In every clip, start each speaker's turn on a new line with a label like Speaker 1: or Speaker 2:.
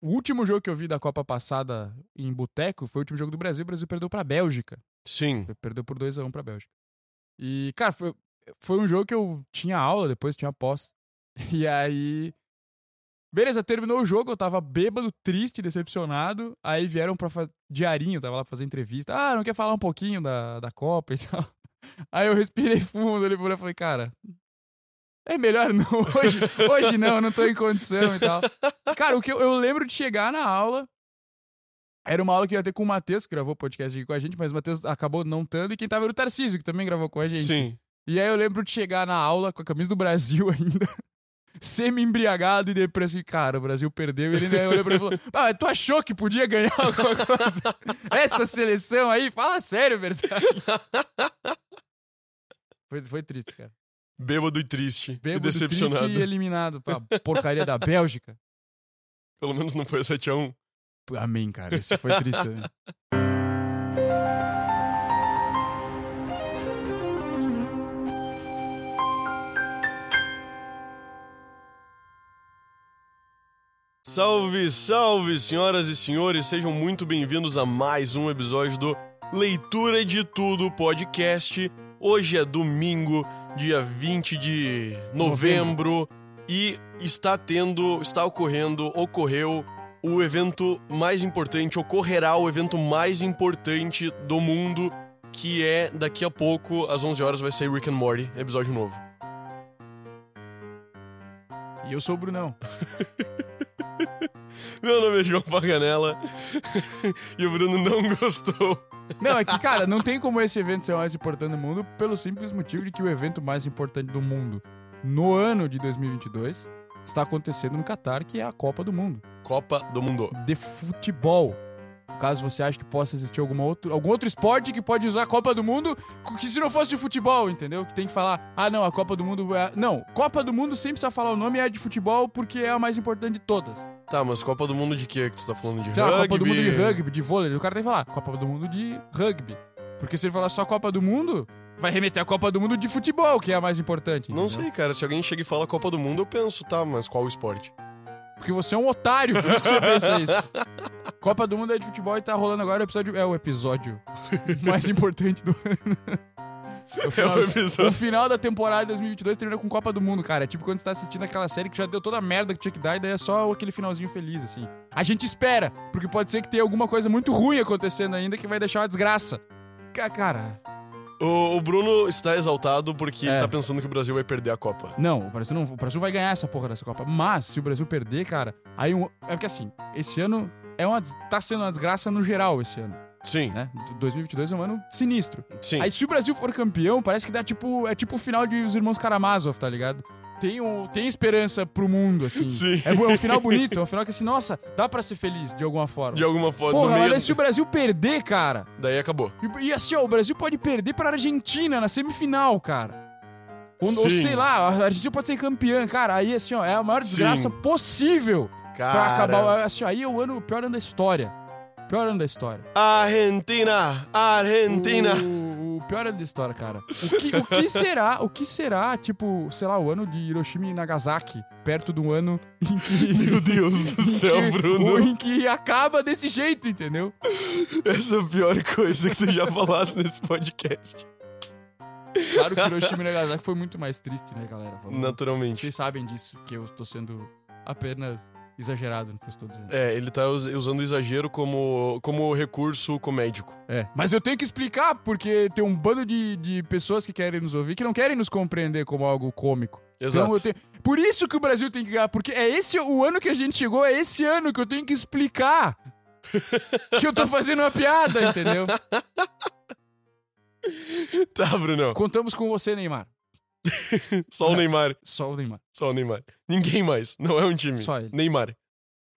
Speaker 1: O último jogo que eu vi da Copa passada em Boteco foi o último jogo do Brasil. O Brasil perdeu pra Bélgica.
Speaker 2: Sim.
Speaker 1: Perdeu por 2x1 pra Bélgica. E, cara, foi, foi um jogo que eu tinha aula, depois tinha pós. E aí. Beleza, terminou o jogo, eu tava bêbado, triste, decepcionado. Aí vieram pra fa... diarinho, tava lá pra fazer entrevista. Ah, não quer falar um pouquinho da, da Copa e tal. Aí eu respirei fundo, ele falou, eu falei, cara, é melhor não, hoje, hoje não, não tô em condição e tal. Cara, o que eu, eu lembro de chegar na aula, era uma aula que ia ter com o Matheus, que gravou o podcast aqui com a gente, mas o Matheus acabou não estando, e quem tava era o Tarcísio, que também gravou com a gente.
Speaker 2: Sim.
Speaker 1: E aí eu lembro de chegar na aula com a camisa do Brasil ainda, semi-embriagado e depresso. E, cara, o Brasil perdeu. E ele ainda olhou pra mim e falou: Ah, mas tu achou que podia ganhar alguma coisa? Essa seleção aí? Fala sério, Versailles. Foi, foi triste, cara.
Speaker 2: Bêbado e triste.
Speaker 1: Bêbado,
Speaker 2: e decepcionado.
Speaker 1: triste e eliminado pra porcaria da Bélgica.
Speaker 2: Pelo menos não foi 7x1.
Speaker 1: Amém, cara. Isso foi triste. Né?
Speaker 2: Salve, salve, senhoras e senhores, sejam muito bem-vindos a mais um episódio do Leitura de Tudo podcast. Hoje é domingo, dia 20 de novembro, e está tendo, está ocorrendo, ocorreu o evento mais importante, ocorrerá o evento mais importante do mundo, que é daqui a pouco, às 11 horas, vai sair Rick and Morty, episódio novo.
Speaker 1: E eu sou o Brunão.
Speaker 2: Meu nome é João Paganella e o Bruno não gostou.
Speaker 1: Não, é que, cara, não tem como esse evento ser o mais importante do mundo pelo simples motivo de que o evento mais importante do mundo no ano de 2022 está acontecendo no Catar, que é a Copa do Mundo
Speaker 2: Copa do Mundo.
Speaker 1: de futebol. Caso você ache que possa existir alguma outro, algum outro esporte que pode usar a Copa do Mundo, que se não fosse de futebol, entendeu? Que tem que falar, ah, não, a Copa do Mundo é. a-" Não, Copa do Mundo sempre precisa falar o nome é a de futebol porque é a mais importante de todas.
Speaker 2: Tá, mas Copa do Mundo de quê que tu tá falando? De
Speaker 1: Sei lá,
Speaker 2: rugby?
Speaker 1: Copa do Mundo de rugby, de vôlei, o cara tem que falar Copa do Mundo de rugby. Porque se ele falar só Copa do Mundo, vai remeter à Copa do Mundo de futebol, que é a mais importante.
Speaker 2: Não
Speaker 1: entendeu?
Speaker 2: sei, cara. Se alguém chega e fala Copa do Mundo, eu penso, tá, mas qual esporte?
Speaker 1: Porque você é um otário, por isso que você pensa isso. Copa do Mundo é de futebol e tá rolando agora o episódio. É o episódio mais importante do ano. É o final-
Speaker 2: É o episódio.
Speaker 1: o final da temporada de 2022 termina com Copa do Mundo, cara. É tipo quando você tá assistindo aquela série que já deu toda a merda que tinha que dar e daí é só aquele finalzinho feliz, assim. A gente espera, porque pode ser que tenha alguma coisa muito ruim acontecendo ainda que vai deixar uma desgraça. Ca- Cara,
Speaker 2: O, o Bruno está exaltado porque
Speaker 1: É.
Speaker 2: ele tá pensando que o Brasil vai perder a Copa.
Speaker 1: Não, o Brasil não, o Brasil vai ganhar essa porra dessa Copa. Mas se o Brasil perder, cara, aí um, é porque assim, esse ano é uma des- tá sendo uma desgraça no geral esse ano,
Speaker 2: Sim,
Speaker 1: né? Do- 2022 é um ano sinistro.
Speaker 2: sim.
Speaker 1: Aí se o Brasil for campeão, parece que dá tipo é tipo o final de os irmãos Karamazov, tá ligado? Tem, um, tem esperança pro mundo, assim.
Speaker 2: Sim.
Speaker 1: É, bo- é um final bonito, é um final que assim, nossa, dá pra ser feliz de alguma forma.
Speaker 2: De alguma forma.
Speaker 1: Porra,
Speaker 2: no meio-
Speaker 1: mas se o Brasil perder, cara.
Speaker 2: Daí acabou.
Speaker 1: E, e assim, ó, o Brasil pode perder pra Argentina na semifinal, cara. Ou, ou
Speaker 2: Sim.
Speaker 1: sei lá, a Argentina pode ser campeã, cara. Aí, assim, ó, é a maior desgraça
Speaker 2: Sim.
Speaker 1: possível
Speaker 2: Cara.
Speaker 1: pra acabar. Assim, ó, aí é o ano, o pior ano da história. Pior ano da história.
Speaker 2: Argentina! Argentina!
Speaker 1: Uh. O, o pior ano da história, cara. O que, o que será, o que será, tipo, sei lá, o ano de Hiroshima e Nagasaki, perto do ano em que.
Speaker 2: Meu Deus do
Speaker 1: em
Speaker 2: céu,
Speaker 1: que-
Speaker 2: Bruno.
Speaker 1: Em que acaba desse jeito, entendeu?
Speaker 2: Essa é a pior coisa que tu já falasse nesse podcast.
Speaker 1: Claro que Hiroshima e Nagasaki foi muito mais triste, né, galera? Vamos-
Speaker 2: Naturalmente.
Speaker 1: Vocês sabem disso, que eu tô sendo apenas exagerado no que eu estou dizendo.
Speaker 2: É, ele tá us- usando o exagero como, como recurso comédico.
Speaker 1: É. Mas eu tenho que explicar, porque tem um bando de, de pessoas que querem nos ouvir, que não querem nos compreender como algo cômico.
Speaker 2: Exato.
Speaker 1: Então eu tenho... Por isso que o Brasil tem que ganhar, porque é esse o ano que a gente chegou, é esse ano que eu tenho que explicar que eu tô fazendo uma piada, entendeu?
Speaker 2: Tá, Bruno.
Speaker 1: Contamos com você, Neymar.
Speaker 2: Só o Neymar.
Speaker 1: Só o Neymar.
Speaker 2: Só o Neymar. Ninguém mais. Não é um time.
Speaker 1: Só ele.
Speaker 2: Neymar.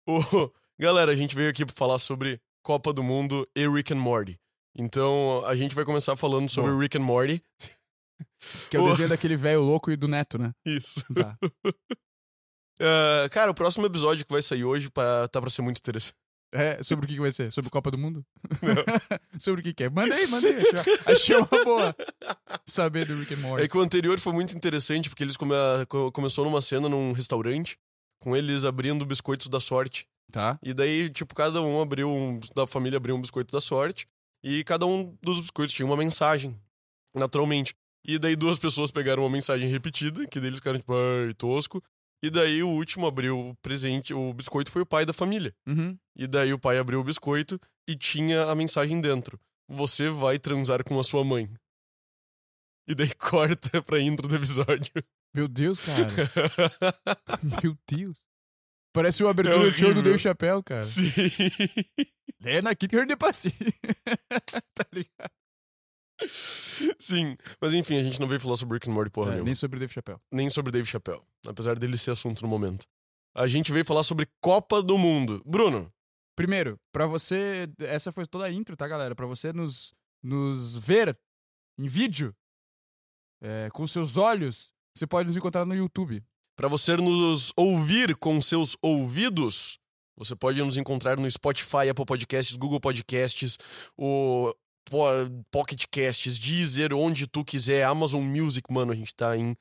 Speaker 2: Ô, galera, a gente veio aqui pra falar sobre Copa do Mundo e Rick and Morty. Então, a gente vai começar falando sobre
Speaker 1: Boa.
Speaker 2: Rick and Morty.
Speaker 1: Que é o
Speaker 2: Oh.
Speaker 1: desenho daquele velho louco e do neto, né?
Speaker 2: Isso.
Speaker 1: Tá.
Speaker 2: Ah, cara, o próximo episódio que vai sair hoje pa- tá pra ser muito interessante.
Speaker 1: É, sobre o que que vai ser? Sobre Copa do Mundo? sobre o que que é? Manda aí, manda aí. Achei, achei uma boa saber do Rick and
Speaker 2: É
Speaker 1: Morty.
Speaker 2: que o anterior foi muito interessante, porque eles come... co- começou numa cena num restaurante, com eles abrindo biscoitos da sorte.
Speaker 1: Tá?
Speaker 2: E daí, tipo, cada um abriu um, da família abriu um biscoito da sorte. E cada um dos biscoitos tinha uma mensagem, naturalmente. E daí duas pessoas pegaram uma mensagem repetida, que daí eles ficaram tipo, ai, tosco. E daí o último abriu o presente, o biscoito foi o pai da família.
Speaker 1: Uhum.
Speaker 2: E daí o pai abriu o biscoito e tinha a mensagem dentro. Você vai transar com a sua mãe. E daí corta pra intro do episódio.
Speaker 1: Meu Deus, cara. Meu Deus. Parece uma abertura do show do
Speaker 2: É horrível.
Speaker 1: Deu Chapéu, cara.
Speaker 2: Sim.
Speaker 1: Lena aqui tem de passi. tá ligado?
Speaker 2: Sim. Mas enfim, a gente não veio falar sobre Rick and Morty porra
Speaker 1: É,
Speaker 2: nenhuma.
Speaker 1: nem sobre o Dave Chapéu.
Speaker 2: nem sobre Dave Chappelle, apesar dele ser assunto no momento. A gente veio falar sobre Copa do Mundo. Bruno,
Speaker 1: Primeiro, pra você. Essa foi toda a intro, tá, galera? Pra você nos, nos ver em vídeo, é, com seus olhos, você pode nos encontrar no YouTube.
Speaker 2: para você nos ouvir com seus ouvidos, você pode nos encontrar no Spotify, Apple Podcasts, Google Podcasts, o Po- Pocket Casts, Deezer, onde tu quiser, Amazon Music, mano, a gente tá em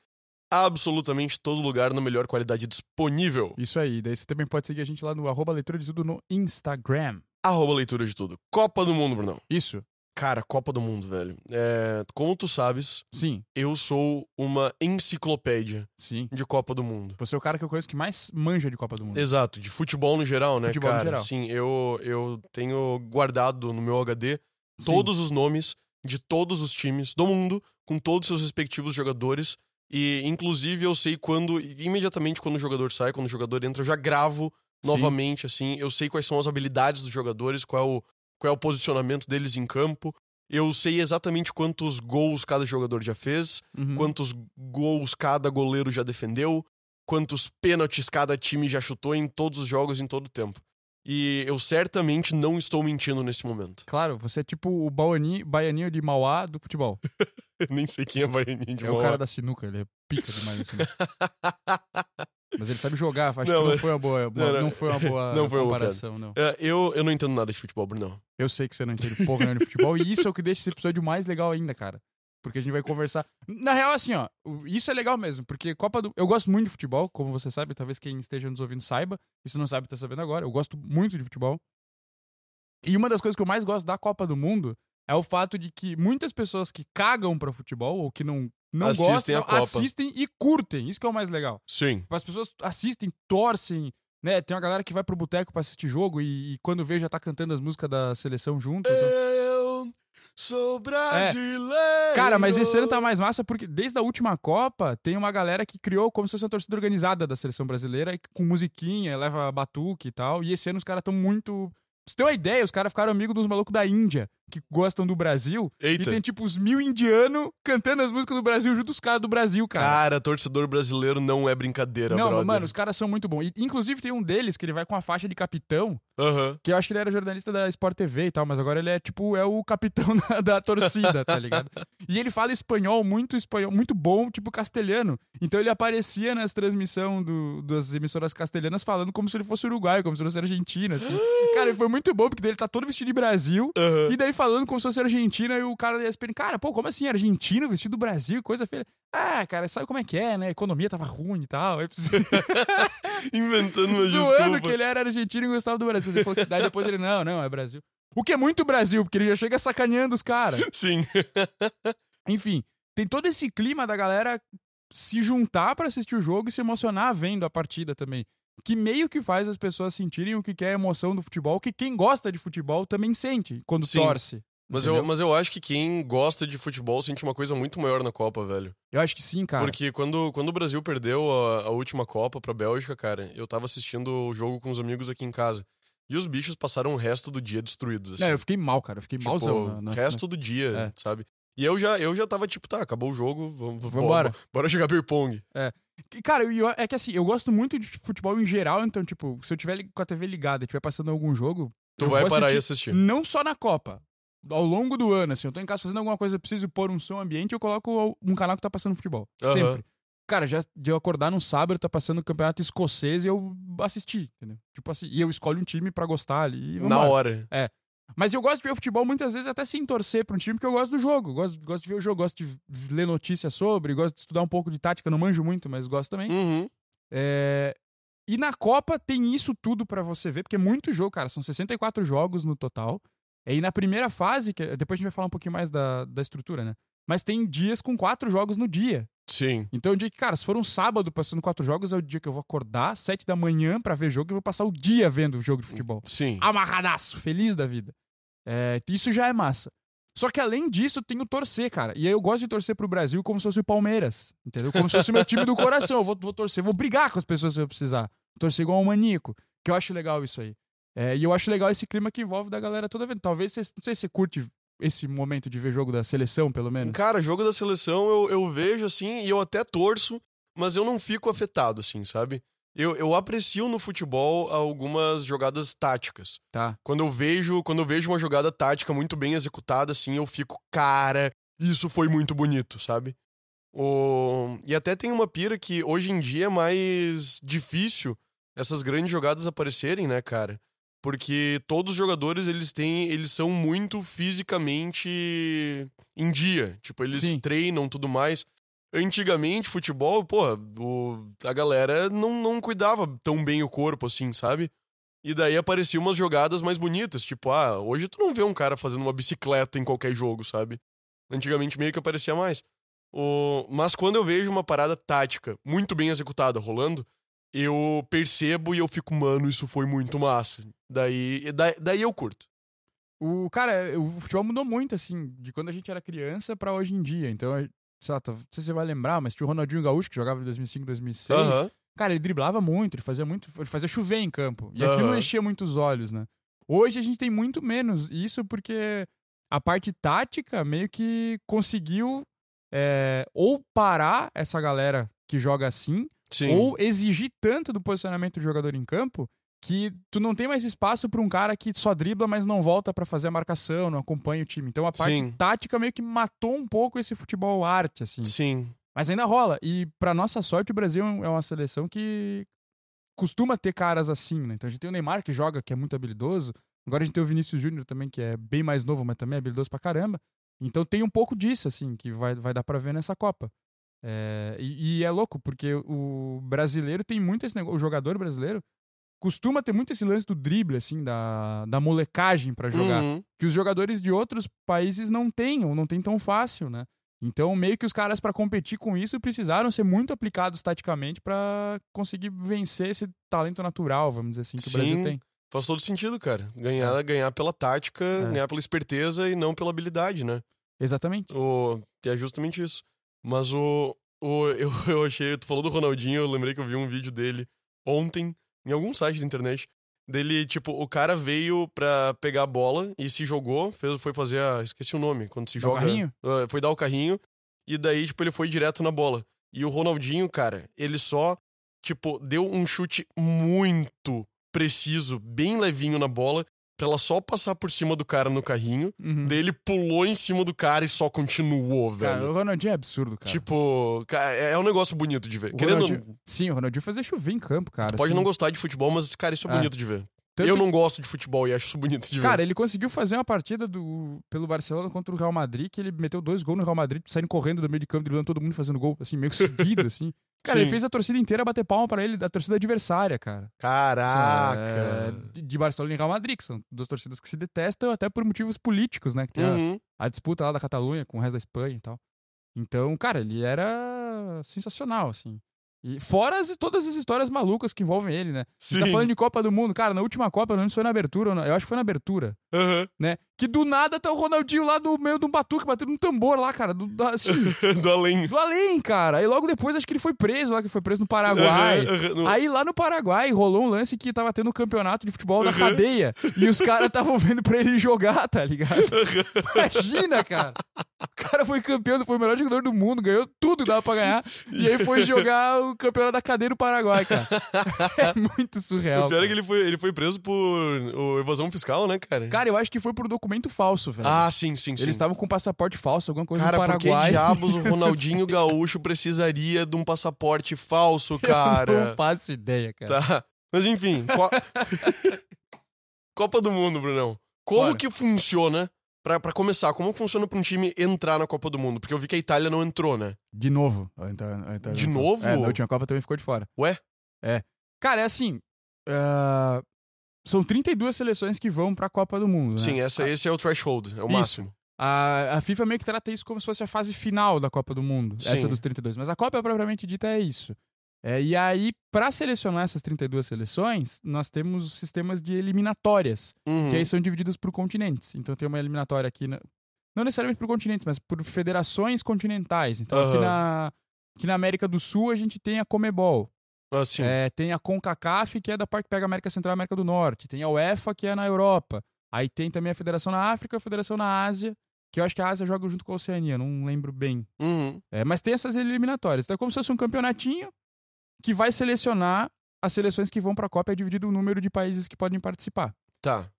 Speaker 2: absolutamente todo lugar na melhor qualidade disponível.
Speaker 1: Isso aí. Daí você também pode seguir a gente lá no arroba leitura de tudo no Instagram.
Speaker 2: Arroba a leitura de tudo. Copa do Mundo, Brunão.
Speaker 1: Isso.
Speaker 2: Cara, Copa do Mundo, velho. É, como tu sabes,
Speaker 1: Sim.
Speaker 2: Eu sou uma enciclopédia
Speaker 1: Sim.
Speaker 2: de Copa do Mundo.
Speaker 1: Você é o cara que eu conheço que mais manja de Copa do Mundo.
Speaker 2: Exato, de futebol no geral, né,
Speaker 1: Futebol no
Speaker 2: cara?
Speaker 1: geral.
Speaker 2: Sim, eu, eu tenho guardado no meu HD
Speaker 1: Sim.
Speaker 2: todos os nomes de todos os times do mundo, com todos seus respectivos jogadores. E, inclusive, eu sei quando, imediatamente quando o jogador sai, quando o jogador entra, eu já gravo
Speaker 1: Sim.
Speaker 2: novamente, assim. Eu sei quais são as habilidades dos jogadores, qual é o, qual é o posicionamento deles em campo. Eu sei exatamente quantos gols cada jogador já fez.
Speaker 1: Uhum.
Speaker 2: quantos gols cada goleiro já defendeu, quantos pênaltis cada time já chutou em todos os jogos em todo o tempo. E eu certamente não estou mentindo nesse momento.
Speaker 1: Claro, você é tipo o Bauani, baianinho de Mauá do futebol.
Speaker 2: Eu nem sei quem é Baianinho de
Speaker 1: é o cara da sinuca, ele é pica demais assim. Mas ele sabe jogar, acho
Speaker 2: Não,
Speaker 1: que não
Speaker 2: mas-
Speaker 1: foi uma boa, uma-
Speaker 2: não,
Speaker 1: não,
Speaker 2: não.
Speaker 1: foi uma boa
Speaker 2: Não foi uma boa
Speaker 1: comparação, não.
Speaker 2: É, eu, eu não entendo nada de futebol, Bruno.
Speaker 1: Eu sei que você não entende porra nenhuma de futebol, e isso é o que deixa esse episódio mais legal ainda, cara. Porque a gente vai conversar. Na real, assim, ó, o- isso é legal mesmo, porque Copa do. Eu gosto muito de futebol, como você sabe, talvez quem esteja nos ouvindo saiba, e se não sabe, tá sabendo agora. Eu gosto muito de futebol. E uma das coisas que eu mais gosto da Copa do Mundo é o fato de que muitas pessoas que cagam pra futebol, ou que não, não
Speaker 2: Assistem
Speaker 1: gostam,
Speaker 2: a Copa.
Speaker 1: assistem e curtem. Isso que é o mais legal.
Speaker 2: Sim.
Speaker 1: As pessoas assistem, torcem, né? Tem uma galera que vai pro boteco pra assistir jogo e, e quando vê já tá cantando as músicas da seleção junto. então-
Speaker 2: Eu sou brasileiro.
Speaker 1: Cara, mas esse ano tá mais massa porque desde a última Copa tem uma galera que criou como se fosse uma torcida organizada da seleção brasileira, e com musiquinha, leva batuque e tal. E esse ano os caras estão muito. Pra Você tem uma ideia, os caras ficaram amigos dos malucos da Índia, que gostam do Brasil. E
Speaker 2: Eita.
Speaker 1: tem tipo os mil indianos cantando as músicas do Brasil junto os caras do Brasil, cara.
Speaker 2: Cara, torcedor brasileiro não é brincadeira,
Speaker 1: Não,
Speaker 2: brother.
Speaker 1: mano, os caras são muito bons. E, inclusive tem um deles que ele vai com a faixa de capitão,
Speaker 2: Aham.
Speaker 1: que eu acho que ele era jornalista da Sport TV e tal, mas agora ele é tipo, é o capitão da, da torcida, tá ligado? E ele fala espanhol, muito espanhol, muito bom, tipo castelhano. Então ele aparecia nas transmissões do- das emissoras castelhanas falando como se ele fosse uruguaio, como se ele fosse argentino, assim. Cara, ele foi muito bom, porque daí ele tá todo vestido de Brasil.
Speaker 2: Aham.
Speaker 1: E daí falando como se fosse argentino, e o cara da ESPN, cara, pô, como assim? Argentino vestido do Brasil, coisa feia. Ah, cara, sabe como é que é, né? A economia tava ruim e tal. Aí precisa
Speaker 2: Inventando uma
Speaker 1: zoando
Speaker 2: desculpa.
Speaker 1: que ele era argentino e gostava do Brasil. Ele falou que daí depois ele, não, não, é Brasil. O que é muito Brasil, porque ele já chega sacaneando os caras.
Speaker 2: Sim.
Speaker 1: Enfim, tem todo esse clima da galera se juntar pra assistir o jogo e se emocionar vendo a partida também. Que meio que faz as pessoas sentirem o que que é a emoção do futebol, que quem gosta de futebol também sente quando
Speaker 2: Sim.
Speaker 1: torce.
Speaker 2: Mas eu,
Speaker 1: entendeu?
Speaker 2: mas eu acho que quem gosta de futebol sente uma coisa muito maior na Copa, velho.
Speaker 1: eu acho que sim, cara.
Speaker 2: Porque quando, quando o Brasil perdeu a, a última Copa pra Bélgica, cara, eu tava assistindo o jogo com os amigos aqui em casa. E os bichos passaram o resto do dia destruídos. Assim.
Speaker 1: Não, É, eu fiquei mal, cara. Eu fiquei
Speaker 2: Tipo,
Speaker 1: malzão. na- na-
Speaker 2: o resto do dia,
Speaker 1: É.
Speaker 2: sabe? E eu já, eu já tava tipo, tá, acabou o jogo, vamos, vamos
Speaker 1: Vambora.
Speaker 2: Bora, jogar beer pong.
Speaker 1: na- Cara, eu- eu- é que assim, eu gosto muito de futebol em geral, então, tipo, se eu tiver li- com a TV ligada e tiver passando algum jogo.
Speaker 2: Tu
Speaker 1: eu
Speaker 2: vai
Speaker 1: vou
Speaker 2: parar
Speaker 1: assistir,
Speaker 2: e assistir.
Speaker 1: Não só na Copa. Ao longo do ano, assim, eu tô em casa fazendo alguma coisa, eu preciso pôr um som ambiente, eu coloco um canal que tá passando futebol.
Speaker 2: Aham.
Speaker 1: Sempre. Cara, já de eu acordar num sábado, tá passando o campeonato escocês e eu assisti, entendeu? Tipo assim, e eu escolho um time pra gostar ali. e
Speaker 2: Na
Speaker 1: Hum, vambora.
Speaker 2: hora.
Speaker 1: Mas eu gosto de ver o futebol muitas vezes até sem torcer pra um time, porque eu gosto do jogo. Gosto, gosto de ver o jogo, gosto de v- ler notícias sobre, gosto de estudar um pouco de tática, não manjo muito, mas gosto também.
Speaker 2: Uhum.
Speaker 1: É, E na Copa tem isso tudo pra você ver, porque é muito jogo, cara. São 64 jogos no total. É, E aí na primeira fase, que depois a gente vai falar um pouquinho mais da, da estrutura, né? Mas tem dias com quatro jogos no dia.
Speaker 2: Sim.
Speaker 1: Então, o dia que, cara, se for um sábado passando quatro jogos, é o dia que eu vou acordar sete da manhã pra ver jogo e eu vou passar o dia vendo jogo de futebol.
Speaker 2: Sim.
Speaker 1: Amarradaço, feliz da vida. É, isso já é massa. Só que além disso, tem o torcer, cara. E aí eu gosto de torcer pro Brasil como se fosse o Palmeiras, entendeu? Como se fosse o meu time do coração. Eu vou, vou torcer, vou brigar com as pessoas se eu precisar. Torcer igual um maníaco. Que eu acho legal isso aí. É, e eu acho legal esse clima que envolve da galera toda vendo. Talvez, cês- não sei se você curte esse momento de ver jogo da seleção, pelo menos.
Speaker 2: Cara, jogo da seleção eu, eu vejo assim e eu até torço, mas eu não fico afetado, assim, sabe? Eu, eu aprecio no futebol algumas jogadas táticas.
Speaker 1: Tá.
Speaker 2: Quando eu vejo, quando eu vejo uma jogada tática muito bem executada, assim, eu fico, cara, isso foi muito bonito, sabe? O... E até tem uma pira que hoje em dia é mais difícil essas grandes jogadas aparecerem, né, cara? Porque todos os jogadores, eles têm. Eles são muito fisicamente em dia. Tipo, eles
Speaker 1: Sim.
Speaker 2: treinam tudo mais. Antigamente, futebol, porra, o- a galera não, não cuidava tão bem o corpo, assim, sabe? E daí apareciam umas jogadas mais bonitas, tipo, ah, hoje tu não vê um cara fazendo uma bicicleta em qualquer jogo, sabe? Antigamente meio que aparecia mais. O- Mas quando eu vejo uma parada tática muito bem executada rolando, eu percebo e eu fico, mano, isso foi muito massa. Daí, da- daí eu curto.
Speaker 1: O, cara, é, o futebol mudou muito, assim, de quando a gente era criança pra hoje em dia. Então, sei lá, tá- não sei se você vai lembrar, mas tinha o Ronaldinho Gaúcho, que jogava em 2005, 2006.
Speaker 2: Aham.
Speaker 1: Cara, ele driblava muito, ele fazia muito, ele fazia chover em campo. E aquilo
Speaker 2: Aham.
Speaker 1: enchia muito os olhos, né? Hoje a gente tem muito menos isso porque a parte tática meio que conseguiu é, ou parar essa galera que joga assim,
Speaker 2: Sim.
Speaker 1: ou exigir tanto do posicionamento do jogador em campo que tu não tem mais espaço pra um cara que só dribla, mas não volta pra fazer a marcação, não acompanha o time. Então a parte
Speaker 2: Sim.
Speaker 1: tática meio que matou um pouco esse futebol arte, assim.
Speaker 2: Sim.
Speaker 1: Mas ainda rola. E pra nossa sorte, o Brasil é uma seleção que costuma ter caras assim, né? Então a gente tem o Neymar que joga, que é muito habilidoso. Agora a gente tem o Vinícius Júnior também, que é bem mais novo, mas também é habilidoso pra caramba. Então tem um pouco disso, assim, que vai, vai dar pra ver nessa Copa. É, e, e é louco, porque o brasileiro tem muito esse negócio. O jogador brasileiro costuma ter muito esse lance do drible, assim, da, da molecagem pra jogar
Speaker 2: Uhum.
Speaker 1: que os jogadores de outros países não têm, ou não têm tão fácil, né? Então, meio que os caras, pra competir com isso, precisaram ser muito aplicados taticamente pra conseguir vencer esse talento natural, vamos dizer assim, que
Speaker 2: Sim.
Speaker 1: o Brasil tem.
Speaker 2: Faz todo sentido, cara. Ganhar, ganhar pela tática,
Speaker 1: É.
Speaker 2: ganhar pela esperteza e não pela habilidade, né?
Speaker 1: Exatamente.
Speaker 2: O, que é justamente isso. Mas o. o eu, eu achei. Tu falou do Ronaldinho, eu lembrei que eu vi um vídeo dele ontem, em algum site da internet. Dele, tipo, o cara veio pra pegar a bola e se jogou, fez, foi fazer a. Esqueci o nome, quando se
Speaker 1: Dar o
Speaker 2: joga.
Speaker 1: carrinho?
Speaker 2: Ah, foi dar o carrinho. E daí, tipo, ele foi direto na bola. E o Ronaldinho, cara, ele só, tipo, deu um chute muito preciso, bem levinho na bola, pra ela só passar por cima do cara no carrinho.
Speaker 1: Uhum.
Speaker 2: Daí ele pulou em cima do cara e só continuou, velho.
Speaker 1: Cara, o Ronaldinho é absurdo, cara.
Speaker 2: Tipo, cara, é é um negócio bonito de ver.
Speaker 1: O
Speaker 2: Querendo,
Speaker 1: Ronaldinho- Sim, o Ronaldinho fazia chover em campo, cara.
Speaker 2: pode
Speaker 1: assim.
Speaker 2: não gostar de futebol, mas, cara, isso é
Speaker 1: É.
Speaker 2: bonito de ver.
Speaker 1: Tanto
Speaker 2: Eu não gosto de futebol e acho isso bonito de
Speaker 1: Cara, ele conseguiu fazer uma partida do, pelo Barcelona contra o Real Madrid, que ele meteu dois gols no Real Madrid, saindo correndo do meio de campo, driblando todo mundo e fazendo gol, assim, meio que seguido, assim. Cara, ele
Speaker 2: Sim.
Speaker 1: fez a torcida inteira bater palma pra ele, da torcida adversária, cara.
Speaker 2: ver. Caraca.
Speaker 1: É, de- de Barcelona e Real Madrid, que são duas torcidas que se detestam até por motivos políticos, né? Que tem a-
Speaker 2: Uhum.
Speaker 1: a, disputa lá da Catalunha com o resto da Espanha e tal. Então, cara, ele era sensacional, assim. E fora as- todas as histórias malucas que envolvem ele, né?
Speaker 2: Sim.
Speaker 1: Tá falando de Copa do Mundo, cara, na última Copa, eu não lembro se foi na abertura, ou na- eu acho que foi na abertura
Speaker 2: Aham.
Speaker 1: né? Que do nada tá o Ronaldinho lá no meio de um batuque, batendo um tambor lá, cara. Do, da- assim,
Speaker 2: Do além.
Speaker 1: do além, cara. E logo depois acho que ele foi preso lá, que foi preso no Paraguai.
Speaker 2: Aham, aham, no-
Speaker 1: Aí lá no Paraguai rolou um lance que tava tendo um campeonato de futebol na
Speaker 2: Uhum.
Speaker 1: cadeia. E os caras estavam vendo pra ele jogar, tá ligado?
Speaker 2: aham.
Speaker 1: Imagina, cara. O cara foi campeão, foi o melhor jogador do mundo, ganhou tudo que dava pra ganhar. E aí foi jogar o campeonato da cadeia no Paraguai, cara. É muito surreal.
Speaker 2: O pior
Speaker 1: cara.
Speaker 2: é que ele foi, ele foi preso por o, evasão fiscal, né, cara?
Speaker 1: Cara, eu acho que foi por documento falso, velho.
Speaker 2: ah, sim, sim, sim.
Speaker 1: Eles estavam com passaporte falso, alguma coisa
Speaker 2: Cara,
Speaker 1: do
Speaker 2: por que
Speaker 1: Paraguai.
Speaker 2: diabos o Ronaldinho Gaúcho precisaria de um passaporte falso, cara?
Speaker 1: Eu não faço ideia, cara.
Speaker 2: Tá. Mas enfim. Co- Copa do Mundo, Brunão. Como
Speaker 1: Bora.
Speaker 2: que funciona, pra, pra começar, como funciona pra um time entrar na Copa do Mundo? Porque eu vi que a Itália não entrou, né?
Speaker 1: De novo. Ah, então- ah, então-
Speaker 2: De
Speaker 1: então-
Speaker 2: novo?
Speaker 1: É, na última Copa também ficou de fora.
Speaker 2: Ué?
Speaker 1: É. Cara, é assim. ah, são 32 seleções que vão pra Copa do Mundo. né?
Speaker 2: Sim, essa, esse é o threshold, é o
Speaker 1: Isso.
Speaker 2: máximo.
Speaker 1: A, a FIFA meio que trata isso como se fosse a fase final da Copa do Mundo,
Speaker 2: Sim.
Speaker 1: essa dos 32. Mas a Copa propriamente dita é isso. É, e aí, pra selecionar essas 32 seleções, nós temos os sistemas de eliminatórias,
Speaker 2: Uhum.
Speaker 1: que é aí são divididas por continentes. Então tem uma eliminatória aqui, na- não necessariamente por continentes, mas por federações continentais. Então aqui,
Speaker 2: Aham.
Speaker 1: na, aqui na América do Sul a gente tem a Comebol,
Speaker 2: Assim,
Speaker 1: é, tem a CONCACAF, que é da parte que pega a América Central e a América do Norte. Tem a UEFA, que é na Europa. Aí tem também a Federação na África, a Federação na Ásia, que eu acho que a Ásia joga junto com a Oceania, não lembro bem.
Speaker 2: uhum.
Speaker 1: É, mas tem essas eliminatórias. Então é como se fosse um campeonatinho que vai selecionar as seleções que vão para a Copa e é dividido o número de países que podem participar.
Speaker 2: tá.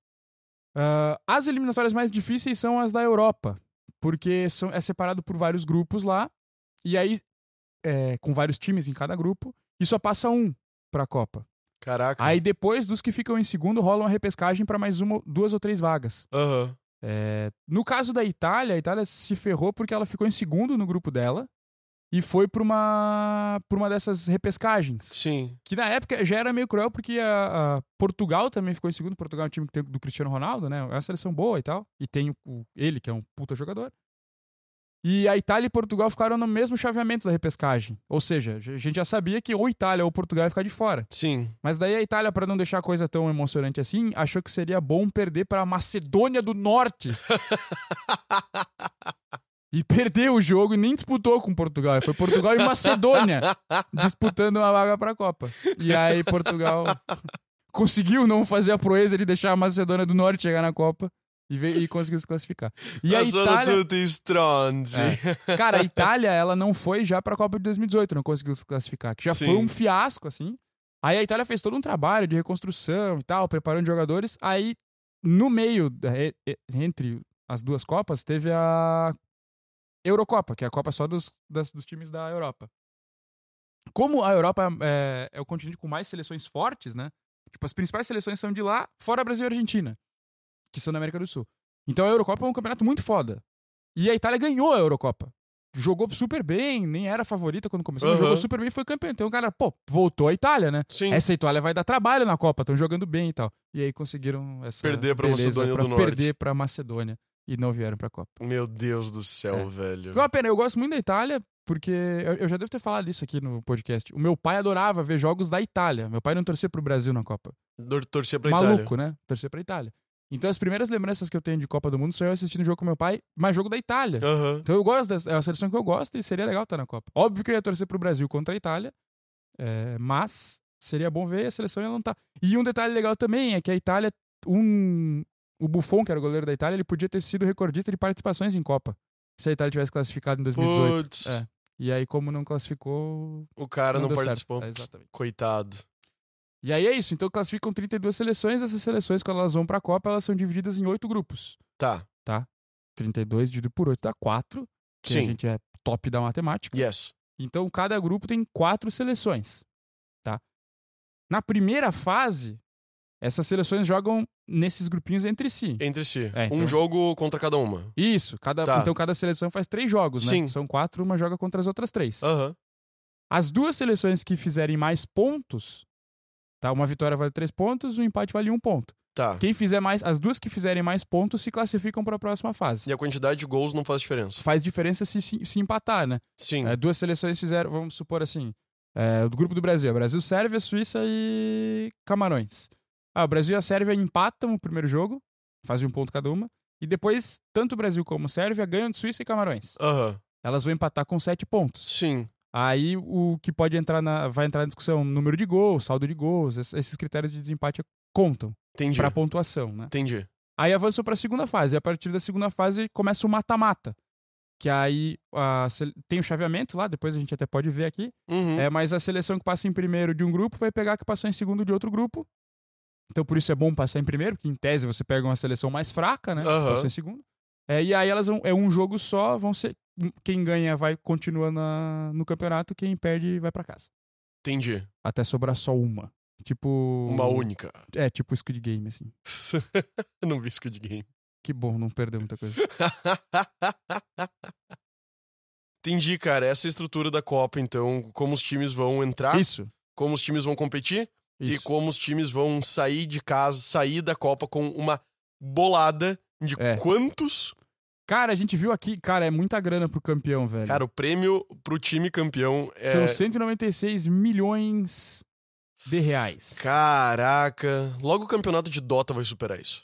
Speaker 1: Ah, as eliminatórias mais difíceis são as da Europa, porque são, é separado por vários grupos lá, e aí, é, com vários times em cada grupo, e só passa um para a Copa.
Speaker 2: Caraca.
Speaker 1: Aí depois dos que ficam em segundo, rola uma repescagem pra mais uma, duas ou três vagas.
Speaker 2: Aham.
Speaker 1: É, no caso da Itália, a Itália se ferrou porque ela ficou em segundo no grupo dela e foi pra uma, pra uma dessas repescagens.
Speaker 2: Sim.
Speaker 1: Que na época já era meio cruel porque a, a Portugal também ficou em segundo. Portugal é um time que tem do Cristiano Ronaldo, né? É uma seleção boa e tal. E tem o- o- ele, que é um puta jogador. E a Itália e Portugal ficaram no mesmo chaveamento da repescagem. Ou seja, a gente já sabia que ou Itália ou Portugal ia ficar de fora.
Speaker 2: Sim.
Speaker 1: Mas daí a Itália, pra não deixar a coisa tão emocionante assim, achou que seria bom perder pra Macedônia do Norte. e perdeu o jogo e nem disputou com Portugal. Foi Portugal e Macedônia disputando uma vaga pra Copa. E aí Portugal conseguiu não fazer a proeza de deixar a Macedônia do Norte chegar na Copa e, veio, e conseguiu se classificar. E a
Speaker 2: Passando
Speaker 1: Itália...
Speaker 2: tudo em Stronzi.
Speaker 1: É. Cara, a Itália, ela não foi já pra Copa de 2018, não conseguiu se classificar, que já
Speaker 2: Sim.
Speaker 1: foi um fiasco, assim. Aí a Itália fez todo um trabalho de reconstrução e tal, preparando jogadores. Aí, no meio, da- e- e- entre as duas Copas, teve a Eurocopa, que é a Copa só dos, das- dos times da Europa. Como a Europa é, é o continente com mais seleções fortes, né? Tipo, as principais seleções são de lá, fora Brasil e Argentina, que são da América do Sul. Então a Eurocopa é um campeonato muito foda. E a Itália ganhou a Eurocopa. Jogou super bem, nem era favorita quando começou, mas
Speaker 2: Aham.
Speaker 1: jogou super bem e foi campeã. Então o cara, pô, voltou a Itália, né?
Speaker 2: Sim.
Speaker 1: Essa Itália vai dar trabalho na Copa, estão jogando bem e tal. E aí conseguiram essa
Speaker 2: Perder pra
Speaker 1: beleza
Speaker 2: Macedônia
Speaker 1: pra
Speaker 2: do Norte.
Speaker 1: Perder pra Macedônia e não vieram pra Copa.
Speaker 2: Meu Deus do céu,
Speaker 1: É.
Speaker 2: velho.
Speaker 1: Foi uma pena, eu gosto muito da Itália, porque eu, eu já devo ter falado isso aqui no podcast. O meu pai adorava ver jogos da Itália. Meu pai não torcia pro Brasil na Copa.
Speaker 2: Dor- Torcer pra
Speaker 1: Maluco,
Speaker 2: Itália.
Speaker 1: né? Torcer pra Itália. Então as primeiras lembranças que eu tenho de Copa do Mundo são eu assistindo jogo com meu pai, mas jogo da Itália.
Speaker 2: Aham.
Speaker 1: Então eu gosto, dessa, é uma seleção que eu gosto e seria legal estar na Copa. Óbvio que eu ia torcer pro Brasil contra a Itália, é, mas seria bom ver a seleção ela não tá. E um detalhe legal também é que a Itália, um, o Buffon, que era o goleiro da Itália, ele podia ter sido recordista de participações em Copa, se a Itália tivesse classificado em 2018.
Speaker 2: Putz.
Speaker 1: É. E aí, como não classificou,
Speaker 2: O cara não,
Speaker 1: deu certo.
Speaker 2: participou.
Speaker 1: É, exatamente.
Speaker 2: Coitado.
Speaker 1: E aí é isso, então classificam 32 seleções, essas seleções quando elas vão pra Copa, elas são divididas em oito grupos.
Speaker 2: Tá.
Speaker 1: 32 dividido por 8 dá 4, que a
Speaker 2: Sim.
Speaker 1: gente é top da matemática.
Speaker 2: Yes.
Speaker 1: Então, cada grupo tem quatro seleções, tá? Na primeira fase, essas seleções jogam nesses grupinhos entre si.
Speaker 2: Entre si.
Speaker 1: É,
Speaker 2: Um
Speaker 1: então-
Speaker 2: jogo contra cada uma.
Speaker 1: Isso, cada,
Speaker 2: Tá.
Speaker 1: então cada seleção faz três jogos, né?
Speaker 2: Sim. Ah.
Speaker 1: São quatro, uma joga contra as outras três.
Speaker 2: Aham.
Speaker 1: As duas seleções que fizerem mais pontos, tá? Uma vitória vale três pontos, um empate vale um ponto.
Speaker 2: Tá.
Speaker 1: Quem fizer mais, as duas que fizerem mais pontos se classificam para a próxima fase.
Speaker 2: E a quantidade de gols não faz diferença.
Speaker 1: Faz diferença se- se, se empatar, né?
Speaker 2: Sim.
Speaker 1: É, duas seleções fizeram, vamos supor assim, é, o grupo do Brasil, é Brasil, Sérvia, Suíça e Camarões. Ah, o Brasil e a Sérvia empatam o primeiro jogo, fazem um ponto cada uma, e depois, tanto o Brasil como a Sérvia ganham de Suíça e Camarões.
Speaker 2: Aham.
Speaker 1: Elas vão empatar com sete pontos.
Speaker 2: Sim.
Speaker 1: Aí o que pode entrar na. vai entrar na discussão número de gols, saldo de gols, es- esses critérios de desempate contam
Speaker 2: Entendi.
Speaker 1: pra pontuação, né?
Speaker 2: Entendi.
Speaker 1: Aí avançou pra segunda fase. E a partir da segunda fase começa o mata-mata. Que aí a sele- tem o chaveamento lá, depois a gente até pode ver aqui.
Speaker 2: Uhum.
Speaker 1: É, mas a seleção que passa em primeiro de um grupo vai pegar a que passou em segundo de outro grupo. Então por isso é bom passar em primeiro, porque em tese você pega uma seleção mais fraca, né? que
Speaker 2: Aham.
Speaker 1: Passou em segundo. É, e aí elas vão, é um jogo só, vão ser hum, quem ganha vai continua na- no campeonato, quem perde vai pra casa.
Speaker 2: Entendi.
Speaker 1: Até sobrar só uma. Tipo
Speaker 2: Uma única.
Speaker 1: É, tipo Squid Game assim.
Speaker 2: Eu não vi Squid Game.
Speaker 1: Que bom não perder muita coisa.
Speaker 2: Entendi, cara. Essa é a estrutura da Copa, então, como os times vão entrar,
Speaker 1: Isso.
Speaker 2: como os times vão competir, e como os times vão sair de casa, sair da Copa com uma bolada de
Speaker 1: É.
Speaker 2: quantos?
Speaker 1: Cara, a gente viu aqui, cara, é muita grana pro campeão, velho.
Speaker 2: Cara, o prêmio pro time campeão é.
Speaker 1: É. São 196 milhões de reais.
Speaker 2: Caraca, logo o campeonato de Dota vai superar isso.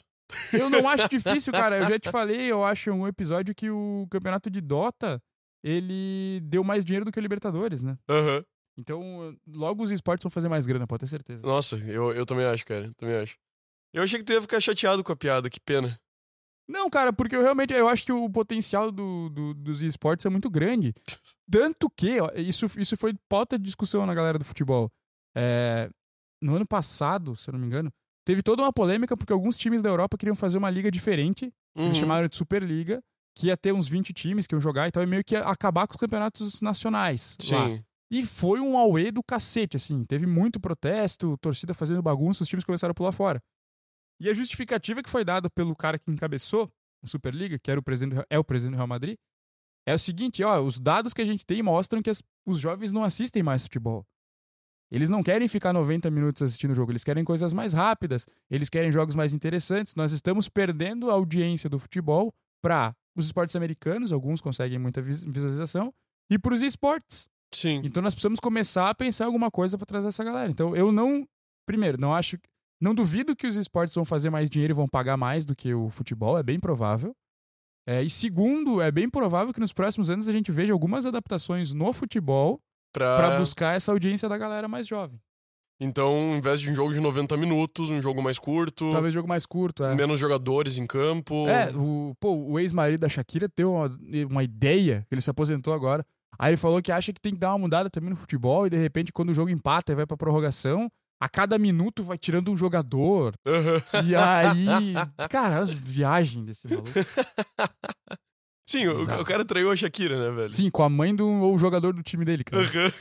Speaker 1: Eu não acho difícil, cara. Eu já te falei, eu acho em um episódio que o campeonato de Dota, ele deu mais dinheiro do que o Libertadores, né?
Speaker 2: Aham.
Speaker 1: Então, logo os esportes vão fazer mais grana, pode ter certeza.
Speaker 2: Nossa, eu, eu também acho, cara. Também acho. Eu achei que tu ia ficar chateado com a piada, que pena.
Speaker 1: Não, cara, porque eu realmente eu acho que o potencial do, do- dos esportes é muito grande. Tanto que, ó, isso, isso foi pauta de discussão na galera do futebol. É, no ano passado, se eu não me engano, teve toda uma polêmica porque alguns times da Europa queriam fazer uma liga diferente
Speaker 2: Uhum.
Speaker 1: Eles chamaram de Superliga, que ia ter uns 20 times que iam jogar, então é meio que ia acabar com os campeonatos nacionais. lá.
Speaker 2: Sim.
Speaker 1: E foi um auê do cacete, assim. Teve muito protesto, torcida fazendo bagunça, os times começaram a pular fora. E a justificativa que foi dada pelo cara que encabeçou a Superliga, que era o presidente, do Real- é o presidente do Real Madrid, é o seguinte, ó, os dados que a gente tem mostram que as- os jovens não assistem mais futebol. Eles não querem ficar 90 minutos assistindo o jogo, eles querem coisas mais rápidas, eles querem jogos mais interessantes. Nós estamos perdendo a audiência do futebol para os esportes americanos, alguns conseguem muita vis- visualização, e para os esportes.
Speaker 2: Sim.
Speaker 1: Então nós precisamos começar a pensar em alguma coisa pra trazer essa galera. Então eu não, primeiro, não acho, não duvido que os esportes vão fazer mais dinheiro e vão pagar mais do que o futebol, é bem provável. É, e segundo, é bem provável que nos próximos anos a gente veja algumas adaptações no futebol
Speaker 2: Pra...
Speaker 1: pra buscar essa audiência da galera mais jovem.
Speaker 2: Então, em vez de um jogo de 90 minutos, um jogo mais curto,
Speaker 1: Talvez jogo mais curto, é.
Speaker 2: menos jogadores em campo.
Speaker 1: É, o, pô, o ex-marido da Shakira teve uma, uma ideia, ele se aposentou agora. Aí ele falou que acha que tem que dar uma mudada também no futebol e de repente quando o jogo empata e vai pra prorrogação, a cada minuto vai tirando um jogador.
Speaker 2: Aham.
Speaker 1: E aí, cara, as viagens desse maluco.
Speaker 2: Sim, o,
Speaker 1: Bizarro.
Speaker 2: o cara traiu a Shakira, né, velho?
Speaker 1: Sim, com a mãe do ou o jogador do time dele, cara.
Speaker 2: Aham.